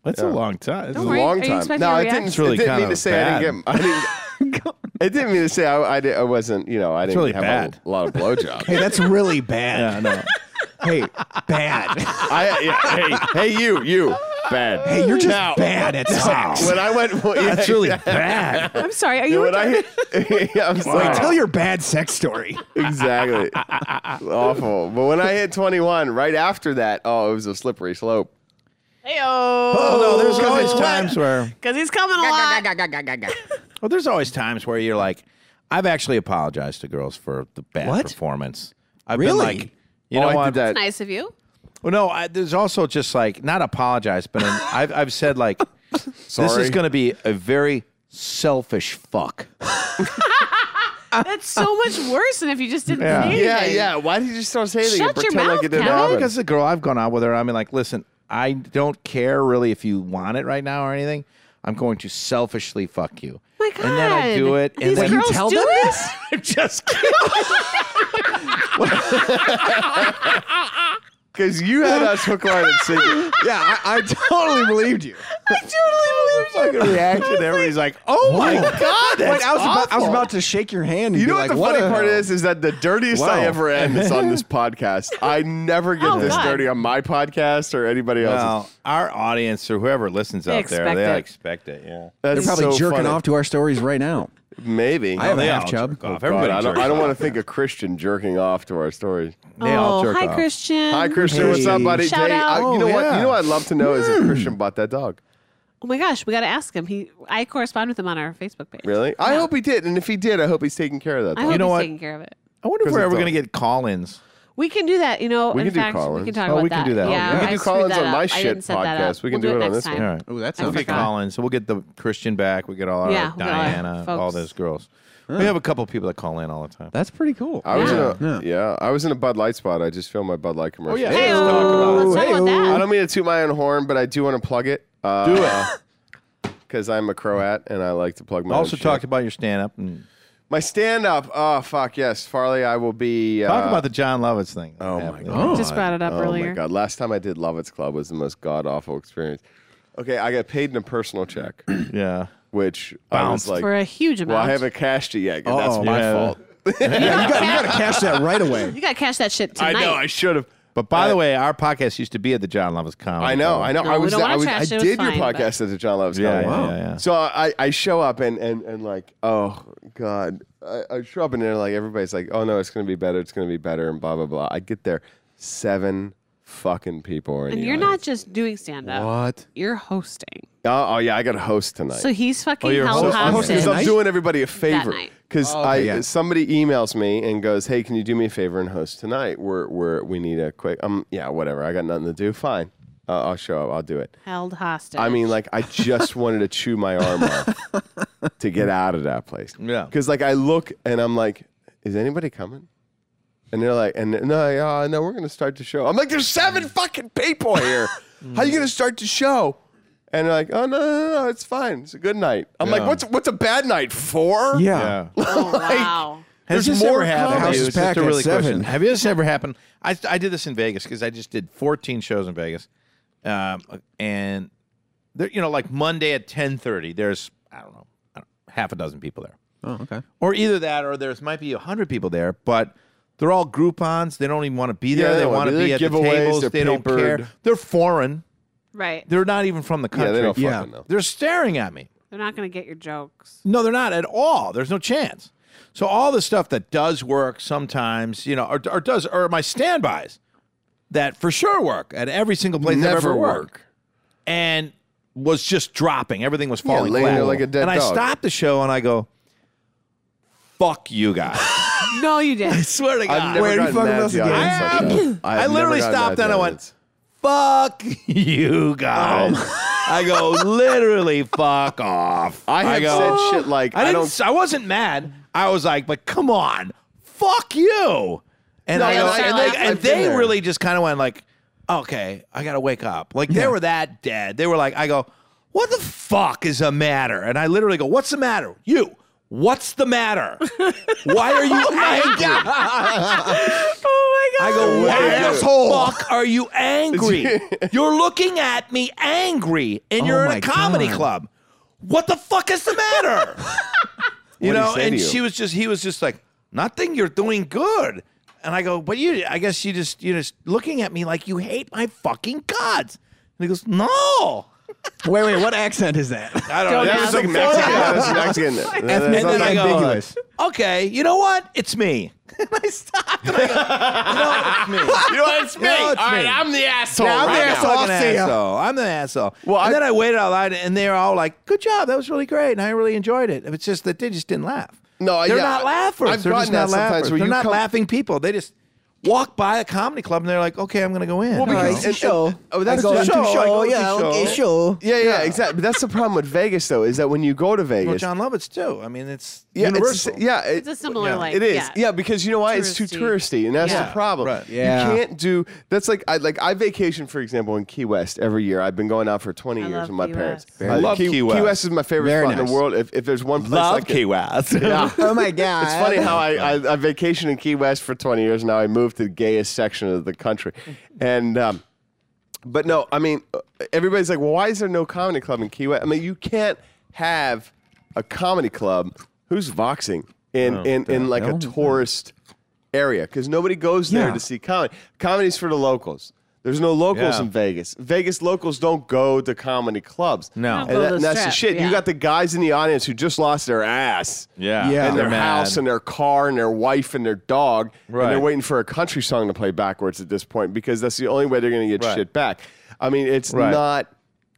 S1: That's a long time.
S2: Don't
S4: It was
S2: worry.
S4: a long
S2: Are you
S4: time.
S2: expecting
S4: no,
S2: a
S4: I
S2: reaction?
S4: didn't.
S2: It's
S1: really
S4: it didn't
S1: kind
S4: mean to
S1: of
S4: say I didn't get.
S1: bad.
S4: I didn't, it didn't mean to say I, I, did, I wasn't. You know, I didn't
S1: really
S4: have
S1: bad.
S4: A, lot of blowjobs.
S3: Hey, that's really bad.
S1: Yeah, no.
S3: Hey, bad.
S4: I, yeah, hey, hey, you, you, bad.
S3: Hey, you're just
S4: Now,
S3: bad at sex.
S4: When I went, well, yeah,
S1: That's really bad.
S2: I'm sorry. Are
S4: yeah,
S2: you?
S4: when I, yeah, I'm
S3: Wait,
S4: sorry.
S3: tell your bad sex story.
S4: exactly. Awful. But when I hit 21, right after that, oh, it was a slippery slope.
S2: Heyo.
S1: Oh, no, there's always times where
S2: Because he's coming along.
S1: well, there's always times where you're like, I've actually apologized to girls for the bad
S3: What?
S1: performance. I've
S3: Really?
S1: been like, you
S4: Oh,
S1: know
S4: I did
S1: what?
S4: that.
S2: Nice of you.
S1: Well, no, I, there's also just like not apologize, but in, I've I've said like this
S4: Sorry.
S1: is going to be a very selfish fuck.
S2: That's so much worse than if you just didn't
S1: Yeah.
S2: say anything.
S4: Uh, Yeah, yeah. Why did you just not say anything
S2: Shut
S4: and
S2: your
S4: pretend
S2: mouth,
S4: like it didn't
S2: Kevin.
S4: happen?
S1: Because the girl I've gone out with her, I mean, like, listen, I don't care really if you want it right now or anything. I'm going to selfishly fuck you.
S2: My
S1: And then I
S2: God.
S1: do it, and
S2: These
S1: then
S2: girls do this?
S1: I'm just kidding.
S4: Because you had us hook, line, and sinker.
S3: Yeah, I, I totally believed you.
S1: fucking reaction. Everybody's like, "Oh my
S3: Whoa.
S1: god, that's
S3: Wait, I was, about, I was
S1: awful."
S3: about to shake your hand. And
S4: You
S3: be
S4: know what
S3: like,
S4: the funny part
S3: hell?"
S4: is? Is that the dirtiest I
S3: Wow.
S4: ever am is on this podcast. I never get
S2: Oh,
S4: this
S2: God.
S4: dirty on my podcast or anybody else's.
S1: Well, our audience or whoever listens
S2: They
S1: out there,
S2: expect
S1: they
S2: it.
S1: expect it. Yeah.
S4: That's
S3: They're probably
S4: so
S3: jerking
S4: funny.
S3: off to our stories right now.
S4: Maybe.
S3: I have a
S1: They Oh,
S3: half
S1: all
S3: chub.
S1: jerk off.
S4: God,
S1: Everybody
S4: I don't, I
S1: jerks
S4: don't
S1: off.
S4: want to think of Christian jerking off to our stories.
S1: They all
S2: Oh,
S1: jerk
S2: hi,
S1: off.
S2: Christian.
S4: Hi, Christian. What's
S3: Hey.
S4: up, buddy?
S2: Shout
S4: Hey,
S2: out.
S4: I- you know
S1: Oh,
S4: what?
S1: yeah.
S4: You know what I'd love to know is if Christian bought that dog.
S2: Oh my gosh, we got to ask him. He, I correspond with him on our Facebook page.
S4: Really? I hope he did. And if he did, I hope he's taking care of that.
S2: I
S4: dog.
S2: hope
S1: know
S2: he's
S1: what?
S2: taking care of it.
S1: I wonder if we're
S4: Because
S1: ever
S4: it's
S1: going to
S4: all-
S1: get call-ins.
S2: We can do that. You know,
S4: We
S2: in
S4: can do
S2: fact, we
S4: call-ins.
S2: can talk
S1: Oh,
S2: about
S1: we can do that.
S2: Yeah,
S1: We
S4: can
S2: I
S4: do
S2: screwed
S4: call-ins
S2: that
S4: on
S2: up.
S4: my
S2: I
S4: shit
S2: didn't set that up.
S4: podcast. We can
S2: We'll
S4: do it on
S2: next
S4: this
S2: time.
S4: one.
S1: All right.
S3: Oh, that
S1: We'll
S3: sounds
S1: get
S2: forgot.
S1: Collins. We'll get the Christian back. We get all our
S2: Yeah, we got all our
S1: Diana, all
S2: folks.
S1: those girls. We have a couple people that call in all the time.
S3: That's pretty cool.
S4: I was
S2: Yeah.
S4: in a yeah. I was in a Bud Light spot. I just filmed my Bud Light commercial.
S1: yeah.
S4: Let's
S1: Hey-o.
S4: talk about it.
S2: Let's talk about
S4: I
S2: that.
S4: don't mean to toot my own horn, but I do want to plug it. Uh, Mm. do it. Because I'm a Croat and I like to plug my. own
S1: also
S4: shit.
S1: talked about your stand-up and
S4: my stand up. Oh fuck yes, Farley. I will be.
S1: talk
S4: uh,
S1: about the John Lovitz thing.
S4: Oh my
S1: Yeah.
S4: god.
S2: Just brought it up
S4: oh
S2: earlier.
S4: my god! Last time I did Love It's Club was the most god awful experience. Okay, I got paid in a personal check,
S1: Yeah.
S4: which I was
S1: Bounced.
S4: like,
S2: for a huge amount.
S4: well, I haven't cashed it yet. and That's
S3: Uh-oh.
S4: my
S1: Yeah.
S4: fault.
S3: Yeah, you, got, you got to cash that right away.
S2: you got to cash that shit
S4: I
S2: tonight.
S4: know. I should have.
S1: But by the way, our podcast used to be at the John Lovitz Comedy.
S4: I know.
S1: Club.
S4: I know.
S2: No,
S4: I
S2: we
S4: was.
S2: don't
S4: I,
S2: wanna
S4: was
S2: trash
S4: I
S2: it, it was
S4: did
S2: fine,
S4: your
S2: but-
S4: podcast at the John Loves
S1: oh. Yeah,
S4: Comedy.
S1: yeah,
S4: Club.
S1: yeah, yeah.
S4: So I, I show up and, and, and like, oh God. I, I show up and they're like everybody's like, oh no, it's gonna be better, it's gonna be better, and blah blah blah. I get there. Seven fucking people are in
S2: And
S4: the
S2: you're not
S4: audience.
S2: just doing stand up.
S3: What?
S2: You're hosting.
S4: Oh, oh, yeah, I got a host tonight.
S2: So he's fucking
S1: Oh, you're
S2: held
S1: hosting.
S2: hostage.
S4: Because I'm
S3: Tonight?
S4: doing everybody a favor.
S2: night.
S4: Because
S3: Oh, okay,
S4: I
S3: yeah.
S4: somebody emails me and goes, "Hey, can you do me a favor and host tonight? We're we're we need a quick um yeah whatever. I got nothing to do. Fine, uh, I'll show up. I'll do it.
S2: Held hostage.
S4: I mean, like I just wanted to chew my arm off to get out of that place.
S1: Yeah.
S4: Because like I look and I'm like, is anybody coming? And they're like, and no, uh, no, we're gonna start the show. I'm like, there's seven fucking people here. How you gonna start the show? And they're like, oh no, no, no, it's fine. It's a good night. I'm like,
S1: Yeah.
S4: what's what's a bad night? Four?
S3: Yeah.
S1: Yeah.
S2: oh, wow.
S1: Has
S4: There's
S1: this
S4: more
S1: ever happened? to
S4: comedy. House
S1: you?
S3: is
S1: It's just
S3: packed
S1: a
S3: at
S1: really
S3: seven.
S1: question. Have this ever happened? I, I did this in Vegas because I just did 14 shows in Vegas, um, and there, you know, like Monday at 10:30, there's I don't know, I don't, half a dozen people there,
S3: Oh, okay.
S1: or either that, or there's might be hundred people there, but they're all Groupon's. They don't even want to be there.
S4: Yeah,
S1: they
S4: they
S1: want to
S4: wanna-
S1: be
S4: they're
S1: at the
S4: giveaways,
S1: tables.
S4: they're
S1: They don't
S4: papered.
S1: care. They're foreign.
S2: Right.
S1: They're not even from the
S4: Yeah,
S1: country.
S4: they don't
S3: Yeah.
S4: fucking know.
S1: They're staring at me.
S2: They're not going to get your jokes.
S1: No, they're not at all. There's no chance. So all the stuff that does work sometimes, you know, or, or does or my standbys that for sure work at every single place I've
S4: Never
S1: ever worked,
S4: work.
S1: and was just dropping. Everything was falling
S4: laying
S1: flat.
S4: there like a dead
S1: and I
S4: dog.
S1: stopped the show and I go, "Fuck you guys."
S2: No, you did.
S1: I swear to
S4: I've
S1: God,
S4: never
S3: Where do you
S4: gotten
S3: fucking
S4: mad at the
S3: listen to
S4: audience
S1: games?
S4: like that.
S1: I-
S4: I've
S1: I literally
S4: never gotten
S1: stopped and
S4: mad at
S1: I
S4: the
S1: went,
S4: audience.
S1: fuck you
S4: Oh
S1: guys. I go literally fuck off.
S4: I have
S1: go,
S4: said shit like,
S1: I
S4: I
S1: didn't.
S4: don't-
S1: s- I wasn't mad. I was like, but come on, fuck you. And
S4: No,
S1: I
S4: and
S1: go,
S4: I-
S1: and
S4: I've-
S1: they, and
S4: I've been
S1: they
S4: there.
S1: really just kind of went like, okay, I gotta wake up. Like they were that dead. They were like, I go, what the fuck is the matter? And I literally go, what's the matter? You. What's the matter? Why are you angry?
S2: Oh my
S1: I go, why
S4: Wait a
S1: the
S4: minute.
S1: fuck are you angry? you're looking at me angry, and
S4: Oh
S1: you're in
S3: my
S1: a comedy
S3: God.
S1: club. What the fuck is the matter? you
S4: What'd he
S1: know,
S4: say to
S1: and
S4: you?
S1: she was just, he was just like, nothing. You're doing good. And I go, but you, I guess you just, you're just looking at me like you hate my fucking guts. And he goes, no, I
S3: Wait, wait. What accent is that?
S1: don't, know.
S2: Don't
S4: That
S2: Yeah,
S4: was
S2: the
S4: like
S2: fuck
S4: Mexican.
S2: out.
S4: That was Mexican. That- that-
S3: Ethnic
S1: And then I go,
S3: ambiguous.
S1: okay, you know what? It's me. and I stopped and I go,
S4: You know what? It's me.
S1: No, it's
S4: All right,
S1: me.
S4: I'm the asshole.
S1: I'm
S4: right now.
S3: I'm the asshole.
S1: the fucking
S3: I'll see ya.
S1: asshole. I'm the asshole.
S4: Well,
S1: and
S4: I-
S1: then I waited out loud, and they're all like, "Good job, that was really great," and I really enjoyed it. It's just that they just didn't laugh.
S4: No, I-
S1: they're
S4: yeah,
S1: not laughers.
S4: I've
S1: they're just
S4: gotten that
S1: not
S4: sometimes
S1: laughers.
S4: where
S1: They're
S4: you
S1: not
S4: come-
S1: laughing people. They just walk by a comedy club and they're like, "Okay, I'm gonna go in."
S4: Well, because-
S1: You know?
S4: and- and- Oh, that's the show. I go to show.
S3: sure.
S4: Yeah, yeah, exactly. But that's the problem with Vegas, though, is that when you go to
S1: well,
S4: Vegas,
S1: John Lovitz too. I mean, it's
S4: yeah,
S1: universal.
S4: It's, yeah, it-
S2: It's a similar
S1: Yeah,
S2: like.
S4: it is.
S2: Yeah.
S4: Yeah. because you know why? It's too
S2: Touristy.
S4: touristy, and that's
S1: Yeah.
S4: the problem.
S1: Right.
S3: Yeah.
S4: You can't do. That's like I like I vacation for example in Key West every year. I've been going out for 20
S2: I
S4: years
S2: love
S4: with my
S2: Key
S4: parents.
S2: West.
S1: Very nice. Key West.
S4: Key West is my favorite
S3: Very
S4: spot in
S3: nice.
S4: the world. If, if there's one place like it-
S1: West.
S4: Yeah.
S3: Oh my god.
S4: It's funny how I, I, I vacationed in Key West for 20 years. Now I moved to the gayest section of the country. And, um, but no, I mean, uh, everybody's like, well, why is there no comedy club in Key West? I mean, you can't have a comedy club who's voxing in, in, in like a tourist area because nobody goes there
S3: Yeah.
S4: to see comedy. Comedy's for the locals. There's no locals
S1: Yeah.
S4: in Vegas. Vegas locals don't go to comedy clubs.
S1: No.
S4: And, that-
S2: Go to
S4: and that's the
S2: strip,
S4: shit.
S2: yeah.
S4: You got the guys in the audience who just lost their ass
S1: Yeah.
S3: Yeah.
S4: and their
S1: They're mad.
S4: house and their car and their wife and their dog. And
S1: Right.
S4: they're waiting for a country song to play backwards at this point because that's the only way they're going to get
S1: Right.
S4: shit back. I mean, it's
S1: Right.
S4: not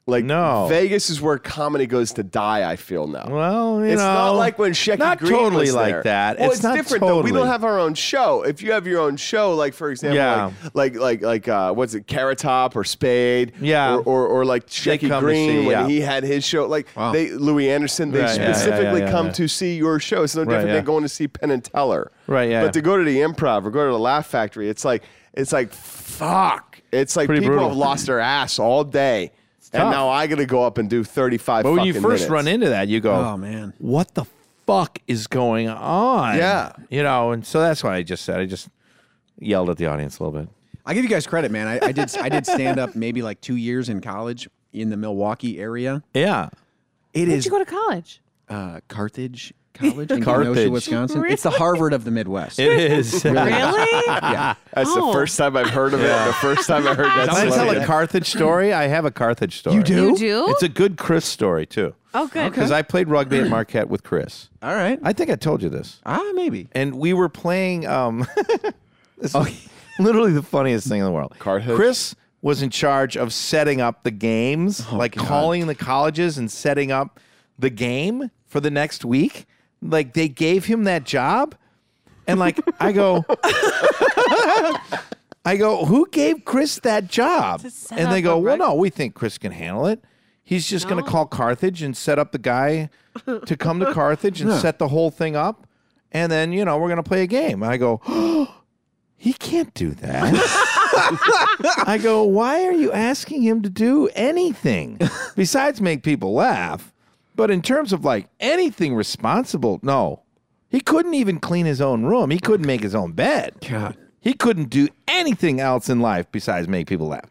S4: like
S1: No.
S4: Vegas is where comedy goes to die. I feel now.
S1: Well, you
S4: it's not
S1: know,
S4: like when Shecky
S1: not
S4: Green
S1: totally
S4: was
S1: like
S4: there.
S1: that.
S4: Well,
S1: It's
S4: it's,
S1: not
S4: different though. We
S1: totally.
S4: don't have our own show. If you have your own show, like for example,
S1: Yeah.
S4: like like like, like uh, what's it, Carrot Top or Spade,
S1: Yeah.
S4: or or, or like
S1: They
S4: Shecky
S1: come to
S4: Green
S1: see,
S4: when
S1: yeah.
S4: he had his show. Like they Louis Anderson, they
S1: Right, yeah, yeah, yeah,
S4: specifically
S1: yeah,
S4: come
S1: yeah.
S4: to see your show. It's no different
S1: yeah.
S4: than going to see Penn and Teller,
S1: Right, yeah,
S4: But
S1: yeah.
S4: to go to the Improv or go to the Laugh Factory, it's like it's like fuck. It's like
S1: Pretty
S4: people
S1: brutal.
S4: have lost their ass all day. And
S1: tough.
S4: now I got to go up and do 35
S1: But when you
S4: fucking
S1: first
S4: minutes.
S1: run into that, you go,
S3: Oh, man.
S1: what the fuck is going on?"
S4: Yeah.
S1: you know, and so that's why I just said I just yelled at the audience a little bit.
S3: I give you guys credit, man. I, I did I did stand up maybe like two years in college in the Milwaukee area.
S1: Yeah.
S3: It
S2: Where'd
S3: is
S2: you go to college?
S3: uh, Carthage College in Kenosha,
S1: Carthage.
S3: Wisconsin. It's the Harvard of the Midwest.
S1: It is.
S2: Really?
S3: yeah.
S4: That's
S2: Oh.
S4: the first time I've heard of it. The first time I heard that.
S1: Can I tell
S4: slogan.
S1: a Carthage story? I have a Carthage story.
S3: You do?
S2: you do?
S1: It's a good Chris story too.
S2: oh, good.
S1: Because I played rugby at Marquette with Chris.
S3: All right.
S1: I think I told you this.
S3: ah, maybe.
S1: and we were playing. Um, this is literally the funniest thing in the world.
S4: Card hook?
S1: Chris was in charge of setting up the games, like calling the colleges and setting up the game for the next week. Like they gave him that job, and like I go. I go, who gave Chris that job?
S2: set
S1: And they
S2: up
S1: go,
S2: a
S1: well,
S2: rec-
S1: no, we think Chris can handle it. He's just going
S2: No.
S1: to call Carthage and set up the guy to come to Carthage and set the whole thing up. And then, you know, we're going to play a game. I go, he can't do that. I go, why are you asking him to do anything besides make people laugh? But in terms of like anything responsible, no. He couldn't even clean his own room. He couldn't make his own bed.
S3: God.
S1: He couldn't do anything else in life besides make people laugh.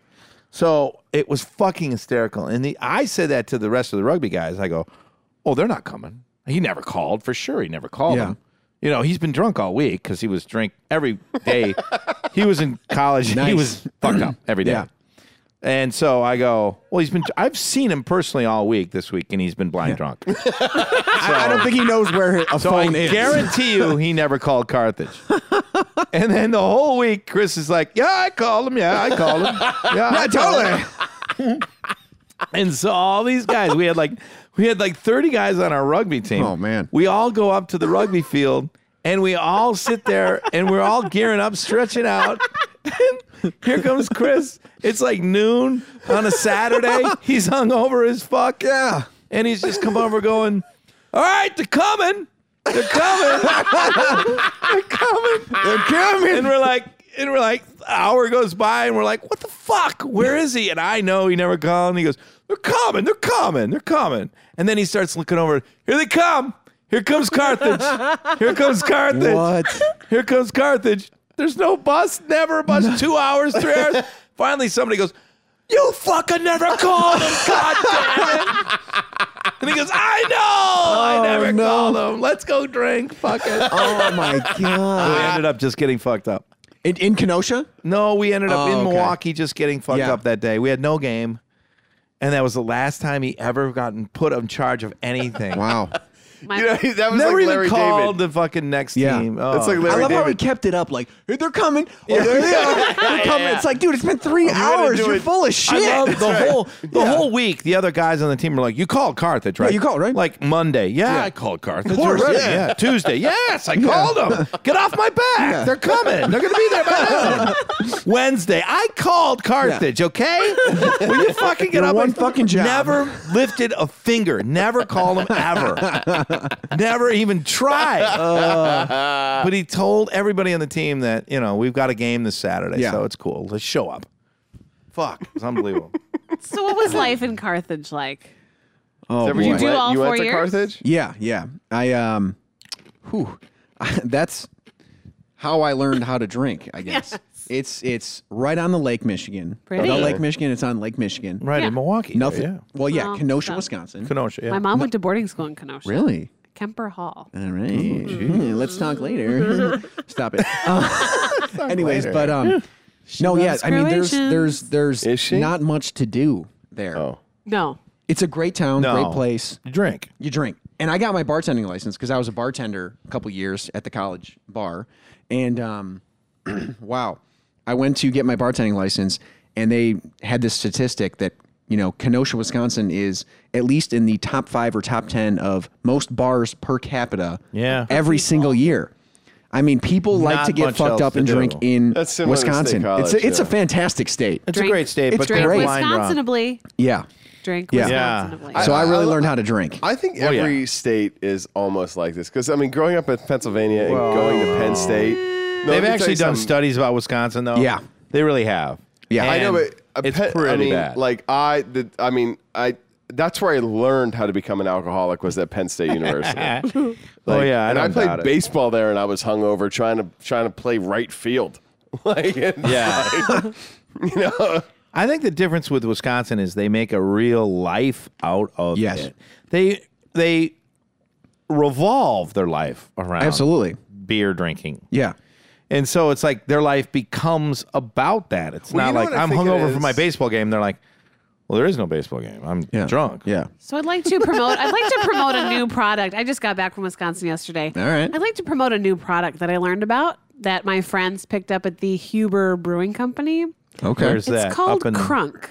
S1: So it was fucking hysterical. And the I said that to the rest of the rugby guys. I go, "Oh, they're not coming." He never called for sure. He never called
S3: Yeah.
S1: them. You know, he's been drunk all week because he was drink every day. he was in college. He
S3: Nice.
S1: was fucked up every day.
S3: Yeah.
S1: And so I go, well, he's been. I've seen him personally all week this week, and he's been blind drunk.
S3: I, I don't think he knows where a
S1: So I
S3: phone is.
S1: guarantee you he never called Carthage. and then the whole week, Chris is like, yeah, I called him. Yeah, I called him. Yeah, I told him. and so all these guys, we had like we had like 30 guys on our rugby team.
S3: Oh, man.
S1: We all go up to the rugby field and we all sit there and we're all gearing up, stretching out. And here comes Chris. It's like noon on a Saturday. He's hung over as fuck. Yeah. And he's just come over going, All right, they're coming. They're coming. they're coming. They're coming. And we're like, and we're like, hour goes by and we're like, what the fuck? Where is he? And I know he never called. And he goes, they're coming. They're coming. They're coming. And then he starts looking over. Here they come. Here comes Carthage. Here comes Carthage.
S3: What?
S1: Here comes Carthage. There's no bus, never a bus, two hours, three hours. Finally, somebody goes, You fucking never called him, God damn it. And he goes, I know, I never
S3: no.
S1: called him. Let's go drink, fuck it.
S3: Oh my
S1: we
S3: god!
S1: ended up just getting fucked up.
S3: In, in Kenosha?
S1: No, we ended up
S3: Oh,
S1: in
S3: okay.
S1: Milwaukee just getting fucked
S3: Yeah.
S1: up that day. We had no game. And that was the last time he ever gotten put in charge of anything.
S3: Wow!
S2: My-
S4: You know, that was
S1: Never
S4: like
S1: even
S4: Larry
S1: called
S4: David.
S1: the fucking next
S3: Yeah.
S1: team.
S4: It's like
S1: Oh.
S3: I
S4: Larry
S3: love how he
S4: David.
S3: kept it up like "Hey, they're coming. Oh, there they are. They're coming. It's like, dude, it's been three hours.
S4: do
S3: You're
S4: it-
S3: full of shit.
S1: I love the whole the whole week. The other guys on the team were like, "You called Carthage, right?
S3: you called, right?
S1: Like Monday, yeah, I called Carthage. Of
S3: course, yeah.
S1: yeah. Tuesday, yes, I called them. Get off my back. They're coming. They're going to be there by now. Wednesday, I called Carthage. Okay, will you fucking get
S3: Your
S1: up?
S3: one
S1: and-
S3: fucking job.
S1: Never lifted a finger. Never called him ever. never even tried.
S4: Uh.
S1: but he told everybody on the team that you know we've got a game this Saturday,
S3: Yeah.
S1: so it's cool. Let's show up. Fuck, it's unbelievable.
S2: so what was life in Carthage like?
S3: Oh,
S4: Remember you
S2: do
S4: went-
S2: all
S4: you went
S2: four
S4: to
S2: years?
S4: Carthage?
S3: Yeah, yeah. I um, whew, that's how I learned how to drink. I guess it's it's right on the Lake Michigan.
S2: Pretty.
S3: Not Lake Michigan. It's on Lake Michigan.
S1: Right
S2: Yeah.
S1: in Milwaukee.
S3: Nothing.
S1: Yeah.
S3: Well, yeah,
S2: Well,
S3: Kenosha,
S2: no.
S3: Wisconsin.
S1: Kenosha. Yeah.
S2: My mom went to boarding school in Kenosha.
S3: really?
S2: Kemper Hall.
S3: All right. Hmm, Let's talk later. Stop it. Uh, anyways, but um, no, yeah.
S2: loves
S3: I mean, there's
S2: Croatians.
S3: there's
S4: Is
S3: there's
S4: she?
S3: not much to do there.
S4: Oh.
S2: No.
S3: It's a great town,
S1: No.
S3: great place.
S1: Drink.
S3: You drink. And I got my bartending license because I was a bartender a couple years at the college bar. And um, wow, I went to get my bartending license, and they had this statistic that, you know, Kenosha, Wisconsin is at least in the top five or top 10 of most bars per capita
S1: Yeah.
S3: every single year. I mean, people like
S1: Not
S3: to get
S1: much
S3: fucked
S1: else
S3: up
S1: to
S3: and
S1: do.
S3: drink in
S4: That's similar to State
S3: Wisconsin. it's
S4: College,
S3: a, it's a
S4: yeah.
S3: fantastic state.
S1: It's
S2: Drink-
S1: a great state, but
S2: drink
S1: they're
S3: great.
S1: blind drunk.
S2: Wisconsinably.
S3: Yeah.
S2: Drink
S3: Yeah.
S2: Wisconsinably.
S3: So I, really learned how to drink.
S4: I think
S1: Oh, yeah.
S4: every state is almost like this because I mean, growing up in Pennsylvania and going to Penn State, No,
S1: They've
S4: let me tell
S1: actually done
S4: you something.
S1: studies about Wisconsin, though.
S3: Yeah.
S1: They really have.
S3: Yeah.
S1: And
S4: I know, but a
S1: it's
S4: Penn-
S1: pretty
S4: I mean,
S1: bad.
S4: Like I, the, I mean, I. That's where I learned how to become an alcoholic was at Penn State University. Like,
S1: oh yeah, I
S4: and
S1: don't
S4: I
S1: doubt
S4: played
S1: it.
S4: baseball there, and I was hungover trying to trying to play right field. Like, it's
S1: Yeah.
S4: like, you know,
S1: I think the difference with Wisconsin is they make a real life out of
S3: Yes.
S1: it. They they revolve their life around
S3: Absolutely.
S1: beer drinking.
S3: Yeah.
S1: And so it's like their life becomes about that. It's
S4: Well, you
S1: not
S4: know
S1: like
S4: what I
S1: I'm
S4: think it
S1: hungover
S4: is?
S1: from my baseball game. They're like, well, there is no baseball game. I'm
S3: Yeah.
S1: drunk.
S3: Yeah.
S2: So I'd like to promote. I'd like to promote a new product. I just got back from Wisconsin yesterday.
S3: All right.
S2: I'd like to promote a new product that I learned about that my friends picked up at the Huber Brewing Company.
S3: Okay.
S1: Where's
S2: It's
S1: that?
S2: called
S1: Up in-
S2: Crunk.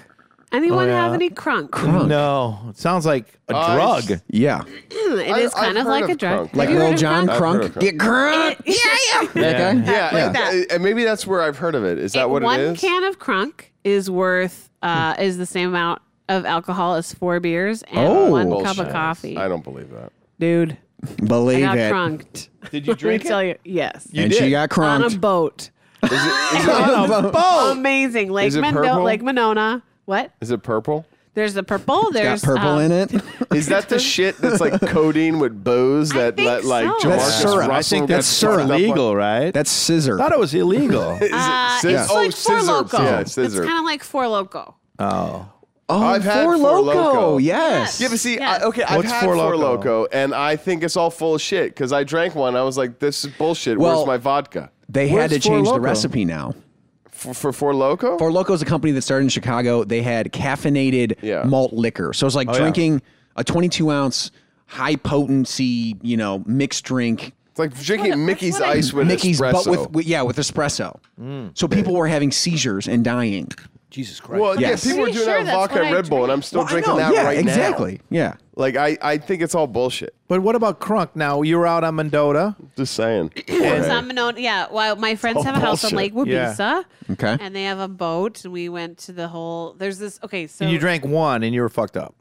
S2: Anyone
S1: Oh, yeah.
S2: have any Crunk?
S1: No, it sounds like a
S4: Uh,
S1: drug.
S4: it's-
S3: yeah.
S2: It
S4: I-
S2: is
S4: I've
S2: kind of
S4: heard
S2: like
S4: of
S2: a drug.
S4: Crunk.
S3: Like
S2: Have you
S3: Lil
S2: heard of
S3: John
S2: Crunk?
S4: I've heard
S3: Crunk.
S4: of Crunk.
S3: Get crunk.
S2: Yeah, yeah.
S3: That
S1: Yeah.
S4: yeah,
S3: guy?
S2: Yeah.
S4: and- and- and maybe that's where I've heard of it. Is that what
S2: one
S4: it is?
S2: can of crunk is worth uh, is the same amount of alcohol as four beers and
S3: Oh.
S2: one cup
S4: Bullshit.
S2: of coffee.
S4: I don't believe that.
S2: Dude, I
S3: Believe
S2: got
S3: it.
S2: crunked.
S1: Did you
S2: Let me tell you, yes,
S1: You
S3: and
S1: did.
S3: she got
S2: on a
S3: crunked.
S2: boat.
S4: Is it,
S2: Amazing, Lake
S4: Oh. Is it
S2: Mendo-
S4: purple?
S2: Lake Monona. What?
S4: is it purple?
S2: There's the purple. There's
S3: Got purple
S2: um,
S3: in it.
S4: Is that the shit that's like codeine with bows that,
S2: think
S4: that like
S2: so.
S4: Jamarcus
S3: That's syrup. I
S4: Russell
S3: think
S4: got
S3: that's
S4: fucked up
S3: syrup.
S4: on?
S1: illegal, right?
S3: That's scissor.
S1: thought it was illegal.
S4: Is it
S2: Uh,
S4: scis-
S2: It's
S4: oh,
S2: like four
S4: scissors.
S2: loco.
S4: Yeah,
S2: it's
S4: scissors.
S2: kind of like four loco.
S3: oh,
S4: I've had
S3: Four
S4: Four
S3: Loko.
S4: Loko.
S3: Yes.
S4: Yeah, but see,
S2: Yes.
S4: I, okay, I've
S1: What's
S4: had
S1: Four
S4: Four Loko?
S1: Loko?
S4: and I think it's all full of shit because I drank one. I was like, "This is bullshit.
S3: Well-
S4: Where's my vodka?"
S3: They
S1: Where's
S3: had to
S1: Four
S3: change the
S1: Loko?
S3: recipe now.
S4: For, for Four Loko?
S3: Four Loko is a company that started in Chicago. They had caffeinated
S4: Yeah.
S3: malt liquor. So it's like
S1: yeah.
S3: drinking a 22 ounce high potency, you know, mixed drink.
S4: it's like drinking
S2: what- that's
S4: Mickey's
S2: what I-
S4: ice with
S3: Mickey's,
S4: espresso.
S3: but with, with- yeah, with espresso. So people were having seizures and dying.
S1: Jesus Christ.
S4: well,
S3: Yes.
S4: yeah, people were
S2: Pretty
S4: doing
S2: sure
S4: that with
S2: that's
S4: vodka
S2: what
S4: and
S2: I
S4: Red Bull, and I'm still drinking that
S3: yeah,
S4: right
S3: exactly.
S4: now.
S3: Yeah.
S4: Like I, I think it's all bullshit.
S1: but what about crunk? Now you were out on Mendota.
S4: Just saying.
S2: It's on Monona. Yeah. Well, my friends
S4: all
S2: have a house on Lake
S4: bullshit.
S1: Yeah.
S2: Wabisa.
S3: Okay.
S2: And they have a boat, and we went to the whole. There's this. Okay, so
S1: You drank one and you were fucked up.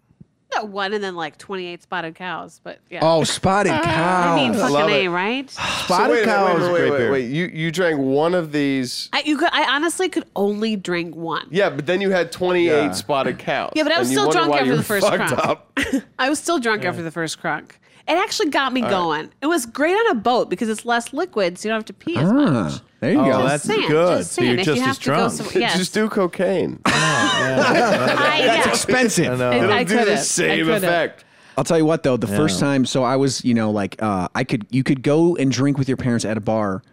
S2: not one, and then like 28 spotted cows. But yeah.
S3: Oh, spotted
S2: Uh, I
S3: cow.
S2: mean,
S4: love
S2: fucking
S4: it.
S2: a, right?
S1: Spotted
S4: wait, a
S1: cow
S4: minute,
S1: is
S4: wait,
S1: great
S4: wait, wait,
S1: beer.
S4: wait. You you drank one of these.
S2: I, you could. I honestly could only drink one.
S4: Yeah, but then you had 28
S1: Yeah.
S4: spotted cows.
S2: Yeah, but I was
S4: and you
S2: still
S4: wonder
S2: drunk
S4: why
S2: after
S4: you're
S2: the first
S4: fucked
S2: crunk.
S4: up.
S2: I was still drunk after the first crunk. It actually got me going. It was great on a boat because it's less liquid, so you don't have to pee as much.
S3: Ah, there you go.
S1: Oh, that's good. So you're
S2: If
S1: just
S2: you have
S1: as
S2: to go
S1: drunk.
S2: somewhere- yes.
S4: Just do cocaine.
S2: I, yeah.
S1: I
S3: expensive.
S1: know.
S2: It-
S4: It'll
S2: I
S4: do
S2: could've.
S4: the
S2: I
S4: same
S2: could've.
S4: effect.
S3: I'll tell you what though, the first time, so I was, you know, like uh, I could, you could go and drink with your parents at a bar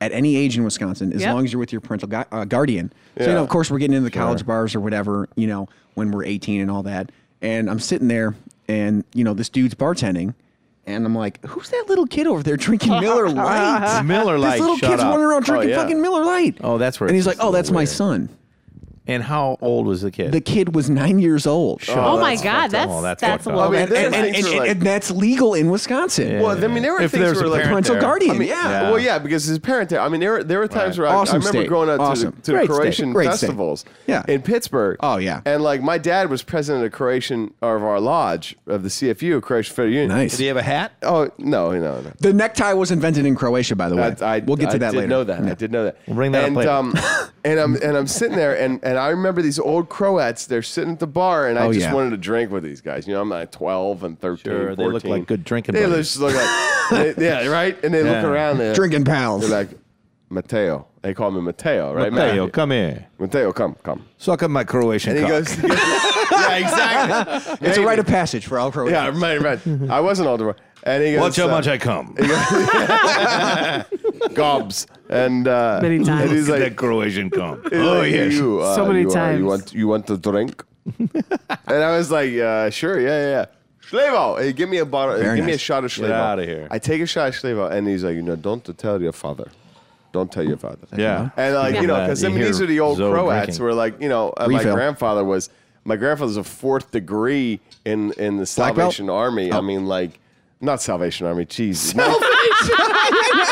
S3: at any age in Wisconsin as
S2: Yep.
S3: long as you're with your parental gui- uh, guardian. So you
S4: Yeah.
S3: know, of course, we're getting into the college bars or whatever, you know, when we're 18 and all that. And I'm sitting there, and you know, this dude's bartending, and I'm like, who's that little kid over there drinking Miller Lite?
S1: Miller Lite,
S3: This little
S1: shut
S3: kid's
S1: up.
S3: running around
S4: Oh,
S3: drinking
S4: yeah.
S3: fucking Miller Lite.
S1: Oh, that's where
S3: And
S1: it's
S3: he's like,
S1: just a
S3: oh,
S1: little
S3: that's my
S1: weird.
S3: son.
S1: And how old was the kid?
S3: The kid was nine years old.
S2: Oh, my
S1: that's
S2: God,
S1: fucked up.
S2: that's
S1: Oh, that's
S2: that's,
S1: fucked
S2: a
S1: up.
S2: little.
S4: I
S2: bit-
S4: mean, this
S3: And, and,
S4: Things
S3: and,
S4: were like-
S3: and that's legal in Wisconsin.
S1: Yeah.
S4: Well, I mean, there were
S1: if
S4: things
S1: there's
S4: where
S1: a
S4: like-
S1: parent
S3: Parental
S1: there.
S3: guardian.
S4: I mean,
S3: yeah.
S4: Well, yeah, because his parent there. I mean, there were, there were times
S1: Right.
S4: where I, I
S3: Awesome
S4: remember
S3: state.
S4: growing out
S3: Awesome.
S4: to, the, to the
S3: Great
S4: Croatian
S3: state. Great state.
S4: festivals
S3: Yeah.
S4: in Pittsburgh.
S3: Oh, yeah.
S4: And like my dad was president of Croatian of our lodge of the CFU, Croatian Federal Union.
S1: Did he have a hat?
S4: Oh no, no, no.
S3: The necktie was invented in Croatia, by the way.
S4: I, I,
S3: we'll get to
S4: I
S3: that
S4: did
S3: later.
S4: Know that I did know that. We'll
S1: bring that up
S4: and,
S1: later.
S4: Um, and I'm and I'm sitting there, and, and I remember these old Croats. They're sitting at the bar, and I
S3: Oh,
S4: just
S3: yeah.
S4: wanted to drink with these guys. You know, I'm like 12 and 13.
S1: Sure, they look
S4: 14.
S1: like good drinking
S4: They
S1: buddies.
S4: just look like they- yeah, right. And they look
S1: Yeah.
S4: around there,
S3: Drinking pals.
S4: They're like Mateo. They call me Mateo, right?
S1: Mateo,
S4: Matthew?
S1: come here.
S4: Mateo, come, come.
S1: Oh, Suck up my Croatian
S4: And he
S1: cock.
S4: goes, yeah, exactly.
S3: it's a rite of passage for all Croatians.
S4: Yeah, right, right. I wasn't older. And he goes,
S1: Watch how
S4: uh,
S1: much I come.
S4: gobs and uh,
S2: Many times.
S4: And he's
S1: Look at
S4: like,
S1: that Croatian come.
S4: He's
S1: oh
S4: like,
S1: yes.
S4: you, uh,
S2: So many
S4: you, uh,
S2: times.
S4: you want you want to drink? and I was like, uh, sure, yeah, yeah. yeah. Schlevo, hey, give me a bottle,
S3: Very
S4: give me a
S3: nice.
S4: shot of Schlevo.
S1: outta here.
S4: I take a shot of Schlevo, and he's like, you know, don't tell your father. Don't tell your father.
S1: Yeah.
S4: And like, you know,
S1: Yeah.
S4: because I
S1: You
S4: mean, these
S1: hear
S4: are the old
S1: Zoe
S4: Croats
S1: drinking.
S4: where like, you know, uh, my
S3: Refill.
S4: grandfather was, my grandfather's a fourth degree in, in the
S3: Black belt?
S4: Salvation Army.
S1: Oh.
S4: I mean, like, not Salvation Army, Jesus.
S1: God,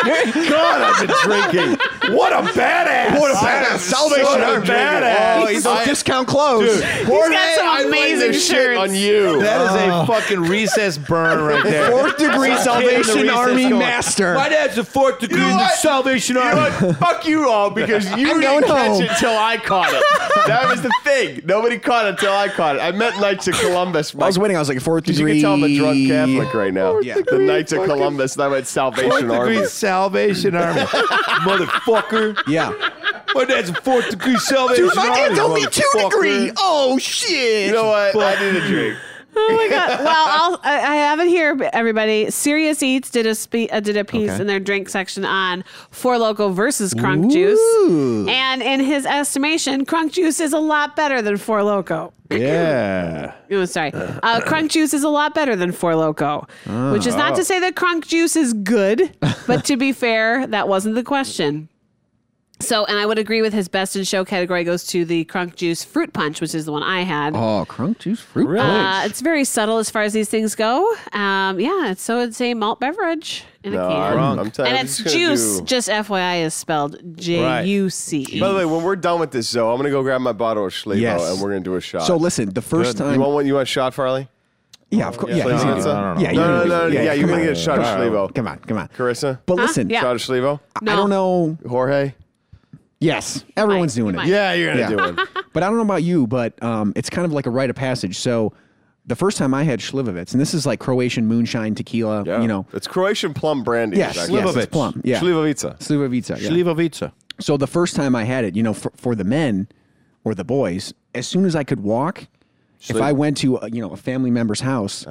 S1: I've been drinking. What a badass! What a
S4: badass. Salvation Army.
S1: Badass!
S4: Oh, he's
S3: Those
S4: I-
S3: discount clothes.
S4: Jorge,
S2: got some
S4: I blame
S2: amazing
S4: this shit on
S2: shirts.
S4: you.
S1: That is a fucking recess burn right there.
S3: Fourth degree Salvation Army master.
S1: My dad's a fourth degree
S4: You know what?
S1: Salvation
S4: You know
S1: Army.
S4: what? Fuck you all because you didn't
S3: I'm going
S4: catch
S3: home.
S4: it until I caught it. That was the thing. Nobody caught it until I caught it. I met Knights of Columbus.
S3: I was waiting. I was like fourth
S4: Because you
S3: degree.
S4: can tell I'm a drunk Catholic right now.
S3: Yeah.
S4: The Knights of Columbus, and I went Salvation
S1: Fourth
S4: Army.
S1: degree Salvation Army, motherfucker.
S3: Yeah.
S1: My dad's a fourth degree Salvation
S3: My dad's
S1: Army
S3: only a two
S1: motherfucker.
S3: degree. Oh shit!
S4: You know what? I need a drink.
S2: Oh my god! Well, I'll, I, I have it here, but everybody. Serious Eats did a spe- uh, did a piece
S3: Okay.
S2: in their drink section on Four Loco versus Crunk Juice, and in his estimation, Crunk Juice is a lot better than Four Loco.
S1: Yeah.
S2: Oh, sorry, uh, Crunk Juice is a lot better than Four Loco,
S3: Ah.
S2: which is not to say that Crunk Juice is good, but to be fair, that wasn't the question. So, and I would agree with his best in show category goes to the Crunk Juice Fruit Punch, which is the one I had.
S3: Oh, crunk juice fruit.
S1: Really?
S2: Uh, it's very subtle as far as these things go. Um, yeah, it's, so it's a malt beverage in
S4: No,
S2: a can.
S4: I'm, I'm telling
S2: and
S4: I'm
S2: it's
S4: just gonna
S2: juice,
S4: do-
S2: just FYI, is spelled J U C. E.
S4: By the way, when we're done with this, though, I'm gonna go grab my bottle of Schlevo
S3: Yes.
S4: and we're gonna do a
S2: Uh,
S4: shot.
S3: So listen, the first
S4: you
S3: time,
S4: want one? You want a shot, Farley?
S3: yeah, of course, yeah,
S4: Flavor
S3: he's gonna
S4: Pizza?
S3: do it.
S1: I don't know.
S4: No,
S3: yeah, you're
S4: no,
S3: gonna
S4: no,
S3: do it.
S4: yeah, you're
S3: come
S4: gonna
S3: on.
S4: get a shot of
S3: Come on.
S4: Schlevo.
S3: Come on, come on.
S4: Carissa,
S3: But
S2: Huh?
S3: listen,
S2: Yeah.
S4: shot of Schlevo.
S3: I don't know.
S4: Jorge.
S3: Yes, everyone's
S2: you
S3: doing it.
S2: might.
S4: Yeah, you're
S3: Yeah.
S4: gonna do it.
S3: But I don't know about you, but um, it's kind of like a rite of passage. So the first time I had Slivovitz, and this is like Croatian moonshine tequila, you know.
S4: it's Croatian plum brandy.
S3: Yes,
S4: Exactly.
S3: yes, it's
S1: Slivovitz.
S3: plum. Yeah.
S4: Slivovica.
S3: Slivovica. Yeah.
S1: Slivovica.
S3: So the first time I had it, you know, for, for the men or the boys, as soon as I could walk, if I went to uh, you know a family member's house,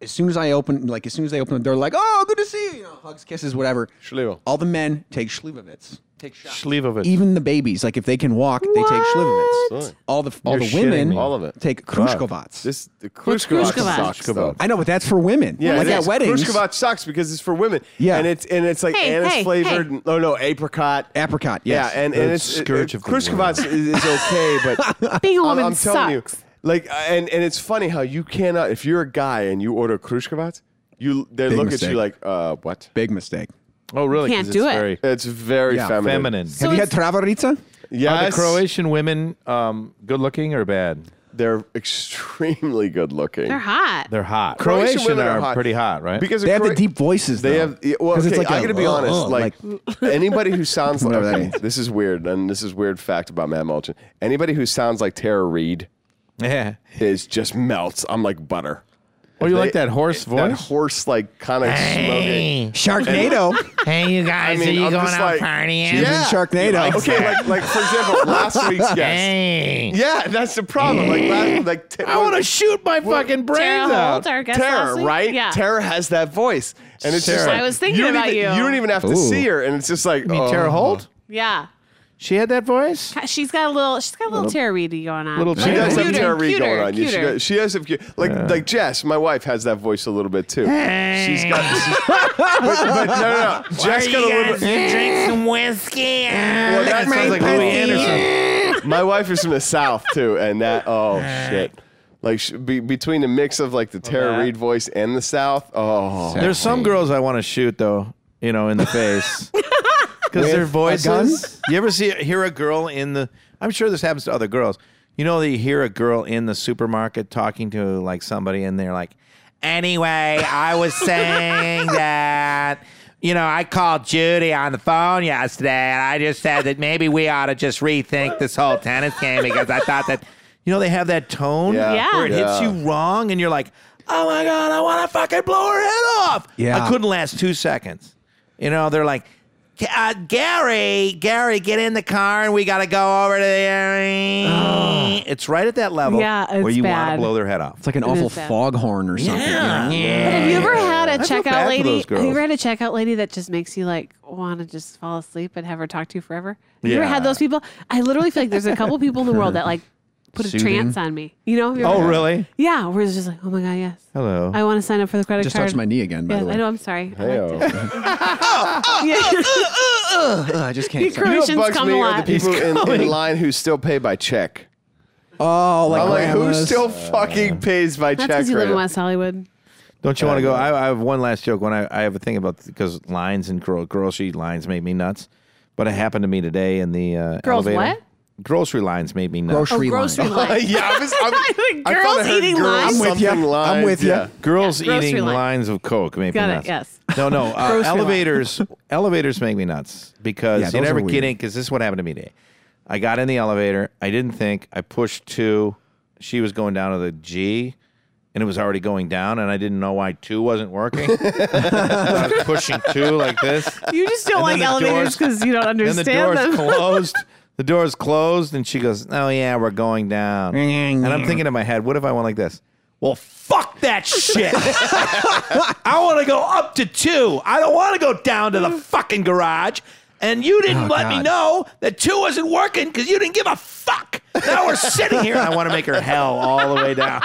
S3: as soon as I opened, like as soon as they opened, they're like, "Oh, good to see you," you know, hugs, kisses, whatever.
S4: Schlivo.
S3: All the men take Slivovitz. Take shots.
S1: Slivovica.
S3: Even the babies, like if they can walk, they take Slivovitz.
S4: Really?
S3: All the all
S1: You're
S3: the
S1: shitting
S3: women,
S1: me.
S4: All of it.
S3: take Krushkovats.
S4: This the
S2: What's
S4: Kruškovac
S2: Kruškovac?
S4: sucks, though.
S3: I know, but that's for women.
S4: Yeah,
S3: like
S4: it
S3: at
S4: is.
S3: Oh weddings,
S4: Kruškovac sucks because it's for women.
S3: Yeah.
S4: and it's and it's like
S2: Hey,
S4: anise
S2: hey,
S4: flavored.
S2: hey.
S4: Oh no, apricot.
S3: apricot.
S4: Yeah,
S3: Yes.
S4: and, and
S1: The
S4: it's
S1: scourge
S4: it,
S1: of the world.
S4: Kruškovac is, is okay, but
S2: Being a
S4: I'm,
S2: woman
S4: I'm telling
S2: sucks.
S4: you, like, uh, and and it's funny how you cannot if you're a guy and you order Kruškovac, you they
S3: Big
S4: look at
S3: mistake.
S4: you like, uh, what?
S3: big mistake.
S1: Oh, really?
S2: Can't
S1: 'Cause
S2: do
S1: it's
S2: it.
S1: Very
S4: It's very
S3: Yeah,
S4: feminine.
S1: feminine.
S2: So
S3: Have you had
S2: it's-
S3: Travarica?
S1: Are the
S4: Yes,
S1: Croatian women um, good looking or bad?
S4: they're extremely good looking.
S2: They're hot.
S1: They're hot.
S4: Croatian
S1: Croatian,
S4: women
S1: are,
S4: are hot.
S1: pretty hot, right?
S4: Because of
S3: They have the
S4: Cro-
S3: deep voices.
S4: They
S3: though.
S4: have yeah, well.
S3: 'Cause
S4: Okay,
S3: it's like
S4: I
S3: a,
S4: gotta be
S3: uh,
S4: honest.
S3: uh,
S4: like anybody who sounds like
S3: Whatever that
S4: okay,
S3: means.
S4: this is weird, and this is weird fact about Matt Mulchin. Anybody who sounds like Tara Reid
S1: yeah.
S4: is just melts. I'm like butter.
S1: Oh, you
S4: They-
S1: like that horse
S4: That
S1: voice?
S4: horse like kind of smoking.
S3: Sharknado.
S5: Hey, you
S4: I
S5: guys,
S4: mean,
S5: are you
S4: I'm
S5: going
S4: just
S5: out
S4: like-
S5: partying?
S3: She's in Sharknado.
S4: Okay, like like for example, last week's guest.
S5: Hey.
S4: Yeah, that's the problem. Like last, like t-
S1: I want to shoot my fucking brains
S2: Tara
S1: out.
S2: Holt, our guest
S4: Tara,
S2: last week?
S4: right?
S2: Yeah.
S4: Tara has that voice, and it's just
S1: Tara.
S4: like,
S2: I was thinking
S4: don't
S2: about
S4: even-
S2: you.
S4: You don't even have to
S3: Ooh.
S4: see her, and it's just like
S1: You mean Tara
S4: oh.
S1: Holt?
S2: Yeah.
S1: She had that voice?
S2: She's got a little. She's got a little, little going on.
S1: little
S4: She
S1: Yeah.
S4: does have
S2: Cuter,
S4: Tara Reid
S2: cuter,
S4: going on. Yeah, she,
S2: cuter.
S4: does, she has some cute, like like Jess, my wife, has that voice a little bit too. She's got. She's, but, but no, no, no. Jess
S5: Hey,
S4: got
S5: you
S4: a little
S5: guys,
S4: bit.
S5: you drink some whiskey.
S4: Well,
S5: Ah.
S4: that sounds like
S1: Louis
S4: Louis
S1: Anderson.
S4: Anderson. My wife is from the South too, and that oh shit. Like sh- be, between the mix of like the Tara
S1: that-
S4: Reid voice and the South, oh,
S1: There's some girls I want to shoot though, you know, in the face. Because their voices. You ever see hear a girl in the I'm sure this happens to other girls. You know that you hear a girl in the supermarket talking to like somebody and they're like,
S5: Anyway, I was saying that, you know, I called Judy on the phone yesterday and I just said that maybe we ought to just rethink this whole tennis game because I thought that.
S1: you know, they have that tone
S4: Yeah.
S2: Yeah.
S1: where it hits
S4: Yeah.
S1: you wrong and you're like, Oh my god, I wanna fucking blow her head off.
S3: Yeah.
S1: I couldn't last two seconds. You know, they're like uh, Gary, Gary, get in the car and we got to go over to the. It's right at that level
S2: Yeah, it's
S1: where you to
S2: bad.
S1: blow their head off.
S3: It's like an
S2: is
S3: awful
S2: bad.
S3: foghorn or something. Yeah.
S2: Have you ever had a
S1: I feel bad
S2: checkout
S1: for
S2: lady?
S1: those
S2: Have you ever had
S1: girls.
S2: a checkout lady that just makes you like want to just fall asleep and have her talk to you forever? Have you ever
S1: Yeah.
S2: had those people? I literally feel like there's a couple people in the world that like put a
S1: Soothing.
S2: trance on me. You know? Have you ever
S1: Oh,
S2: had-
S1: really?
S2: Yeah, where it's just like, oh my god, yes.
S1: Hello.
S2: I want to sign up for the credit
S3: Just
S2: card.
S3: touched my knee again, by
S2: Yeah,
S3: the way.
S2: I know. I'm sorry. I liked it.
S4: Heyo.
S2: Yeah.
S3: Ugh, I just can't.
S4: You know what
S2: Croatians
S4: bugs
S2: come
S4: me
S2: a
S4: are the
S2: lot.
S4: people in, in line who still pay by check.
S3: Oh, like,
S4: I'm like, who
S3: grandmas.
S4: still fucking pays by
S2: That's
S4: check?
S2: because you live
S4: right
S2: in
S4: now?
S2: West Hollywood.
S1: Don't you want to go? I, I have one last joke. When I, I have a thing about because lines and girl grocery lines made me nuts, but it happened to me today in the uh,
S2: Girls
S1: elevator.
S2: what?
S1: Grocery lines made me nuts.
S2: Oh,
S3: grocery line.
S2: grocery line.
S4: yeah, I was. I'm,
S2: Like
S4: I thought
S2: girls
S4: I heard
S2: eating
S4: girls
S2: lines? I'm
S3: with ya.
S4: something
S3: I'm
S4: lines,
S3: with ya.
S4: yeah.
S1: Girls
S2: Yeah, grocery
S1: eating
S2: line.
S1: lines of Coke make
S2: Got
S1: me
S2: it,
S1: nuts.
S2: yes.
S1: No, no. Uh,
S2: Grocery line.
S1: elevators, elevators make me nuts because
S3: Yeah,
S1: you
S3: those
S1: never
S3: are
S1: get
S3: weird.
S1: in. Because this is what happened to me today. I got in the elevator. I didn't think. I pushed two. She was going down to the G, and it was already going down, and I didn't know why two wasn't working. So I was pushing two like this.
S2: You just don't
S1: And
S2: like
S1: then the doors-
S2: elevators because you don't
S1: And the
S2: understand
S1: doors
S2: them.
S1: closed. The doors closed, and she goes, "Oh yeah, we're going down." and I'm thinking in my head, "What if I went like this?" Well, fuck that shit. I want to go up to two. I don't want to go down to the fucking garage. And you didn't
S3: Oh,
S1: let me
S3: God.
S1: know that two wasn't working because you didn't give a fuck. Now we're sitting here, and I want to make her hell all the way down.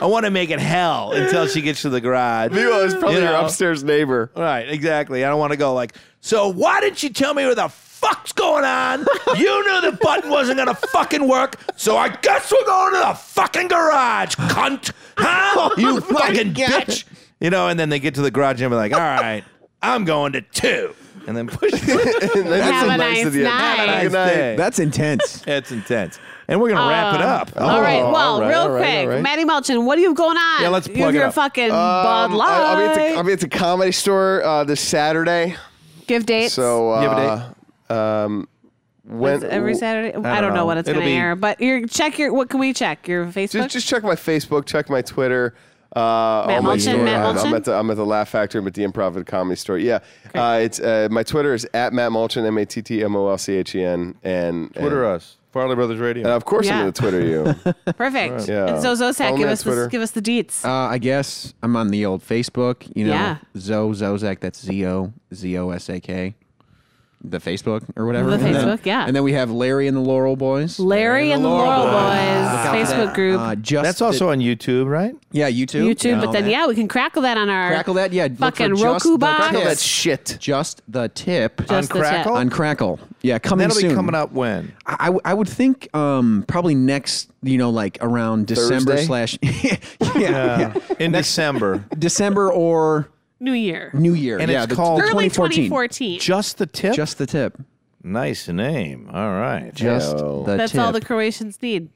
S1: I want to make it hell until she gets to the garage.
S4: Meanwhile, it's probably
S1: You
S4: your
S1: know?
S4: upstairs neighbor.
S1: Right, exactly. I don't want to go like, so why didn't you tell me what the fuck's going on? You knew the button wasn't going to fucking work, so I guess we're going to the fucking garage, cunt. Huh? You fucking bitch. You know, and then they get to the garage and be like, all right, I'm going to two. And then push.
S4: And then
S2: Have
S4: it's
S2: a
S4: nice
S2: nice
S4: of you.
S2: night.
S4: Have a
S1: Nice
S4: nice day.
S1: day.
S3: That's intense.
S1: It's intense. And we're going to wrap it up.
S2: Um, all right.
S4: Oh,
S2: Well,
S4: all right,
S2: real
S4: all right,
S2: quick,
S4: all right.
S2: Maddie Melchin, what do you have going on?
S1: Yeah, let's
S2: You
S1: plug
S2: have
S1: it
S2: your
S1: up.
S2: fucking Bud
S4: Um, I-
S2: Light.
S4: I'll, be at the, I'll be at the comedy store uh, this Saturday.
S2: Give dates.
S4: So uh,
S1: You have a
S4: Um, when
S2: Is it every Saturday. I don't, know.
S1: know.
S2: when it's
S1: It'll
S2: going to
S1: be-
S2: air, but your check your what can we check your Facebook?
S4: Just, just check my Facebook, check my Twitter. Uh,
S2: Matt
S4: all my
S2: Mulchin,
S4: story-
S2: Matt
S4: I'm- I'm
S2: Mulchin?
S4: at the I'm at the Laugh Factory, I'm at the Improv and Comedy Store. Yeah, uh, it's uh, my Twitter is at Matt Mulchin, M A T T M O L C H E N, and
S1: Twitter
S4: and,
S1: us, Farley Brothers Radio.
S4: and of course
S2: Yeah.
S4: I'm gonna Twitter you.
S2: Perfect.
S4: Yeah.
S2: And so
S4: Follow
S2: Zosac,
S4: me
S2: give
S4: on
S2: us the,
S4: Twitter.
S2: give us the deets.
S3: Uh, I guess I'm on the old Facebook. You know,
S2: Yeah.
S3: Zo Zozak. That's Z O Z O S A K. The Facebook or whatever.
S2: The
S3: And then-
S2: Facebook, yeah.
S3: And then we have Larry and the Laurel Boys.
S2: Larry and the Laurel Boys Facebook group,
S3: Uh, just
S1: That's also on YouTube, right?
S3: yeah YouTube.
S2: YouTube.
S3: and
S2: but
S3: all
S2: then
S3: that.
S2: yeah, we can crackle that on our
S3: Crackle that, yeah. look for
S2: fucking
S3: just
S2: Roku
S3: the
S2: box.
S3: tip.
S4: That's shit.
S3: Just the tip
S2: Just
S1: on
S2: the tip.
S1: Crackle?
S3: on Crackle. Yeah, coming
S1: That'll
S3: soon.
S1: be coming up when?
S3: I, I would think um, probably next, you know, like around December
S4: Thursday?
S3: slash yeah, yeah.
S1: Uh, In December.
S3: December or
S2: New Year,
S3: New Year.
S1: And
S3: yeah,
S1: it's
S3: the-
S1: called-
S3: the
S2: early
S3: 2014.
S2: 2014.
S1: Just the tip?
S3: Just the tip.
S1: Nice name. All right.
S3: Just
S4: Ew.
S3: the
S2: That's
S3: tip.
S2: all the Croatians need.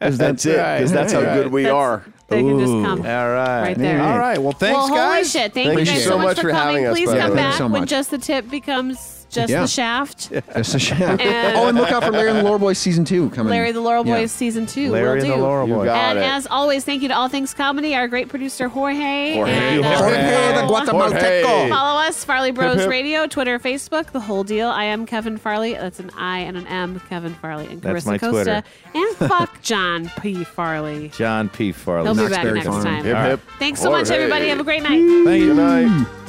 S4: That's it, because that's how good we
S2: That's-
S4: are.
S2: They can just come.
S1: All right.
S2: Right there.
S1: All right. Well, thanks,
S2: well, holy
S1: guys.
S2: shit! Thank you
S4: Thank
S2: guys
S3: you
S2: so
S3: so
S2: much
S4: much
S2: for
S4: for having
S2: coming.
S4: us,
S2: Please
S4: by the
S2: come
S4: way.
S2: back
S3: Thanks so
S2: when
S3: much.
S2: just the tip becomes just
S3: Yeah.
S2: the shaft.
S3: That's the shaft.
S2: And-
S3: oh, and look out for Larry and the Laurel Boys season two coming.
S2: Larry the Laurel
S3: Yeah.
S2: Boys season two.
S1: Larry
S2: will
S1: and
S2: do.
S1: the Laurel
S4: You
S1: Boy.
S4: got-
S2: And
S4: it.
S2: as always, thank you to All Things Comedy, our great producer Jorge.
S4: Jorge.
S2: And, uh,
S4: Jorge
S3: the
S4: Guatemalteco.
S2: Follow us, Farley Bros
S4: hip.
S2: Radio, Twitter, Facebook, the whole deal. I am Kevin Farley. That's an I and an M, Kevin Farley and
S1: That's
S2: Carissa
S1: my
S2: Costa. And fuck John P. Farley.
S1: John P. Farley.
S2: He'll be
S3: Knox
S2: back
S3: Berry
S2: next
S3: Farm.
S2: time.
S4: Hip, hip.
S2: Thanks so much,
S4: Jorge.
S2: everybody. Have a great night.
S1: Thank you.
S4: Good night.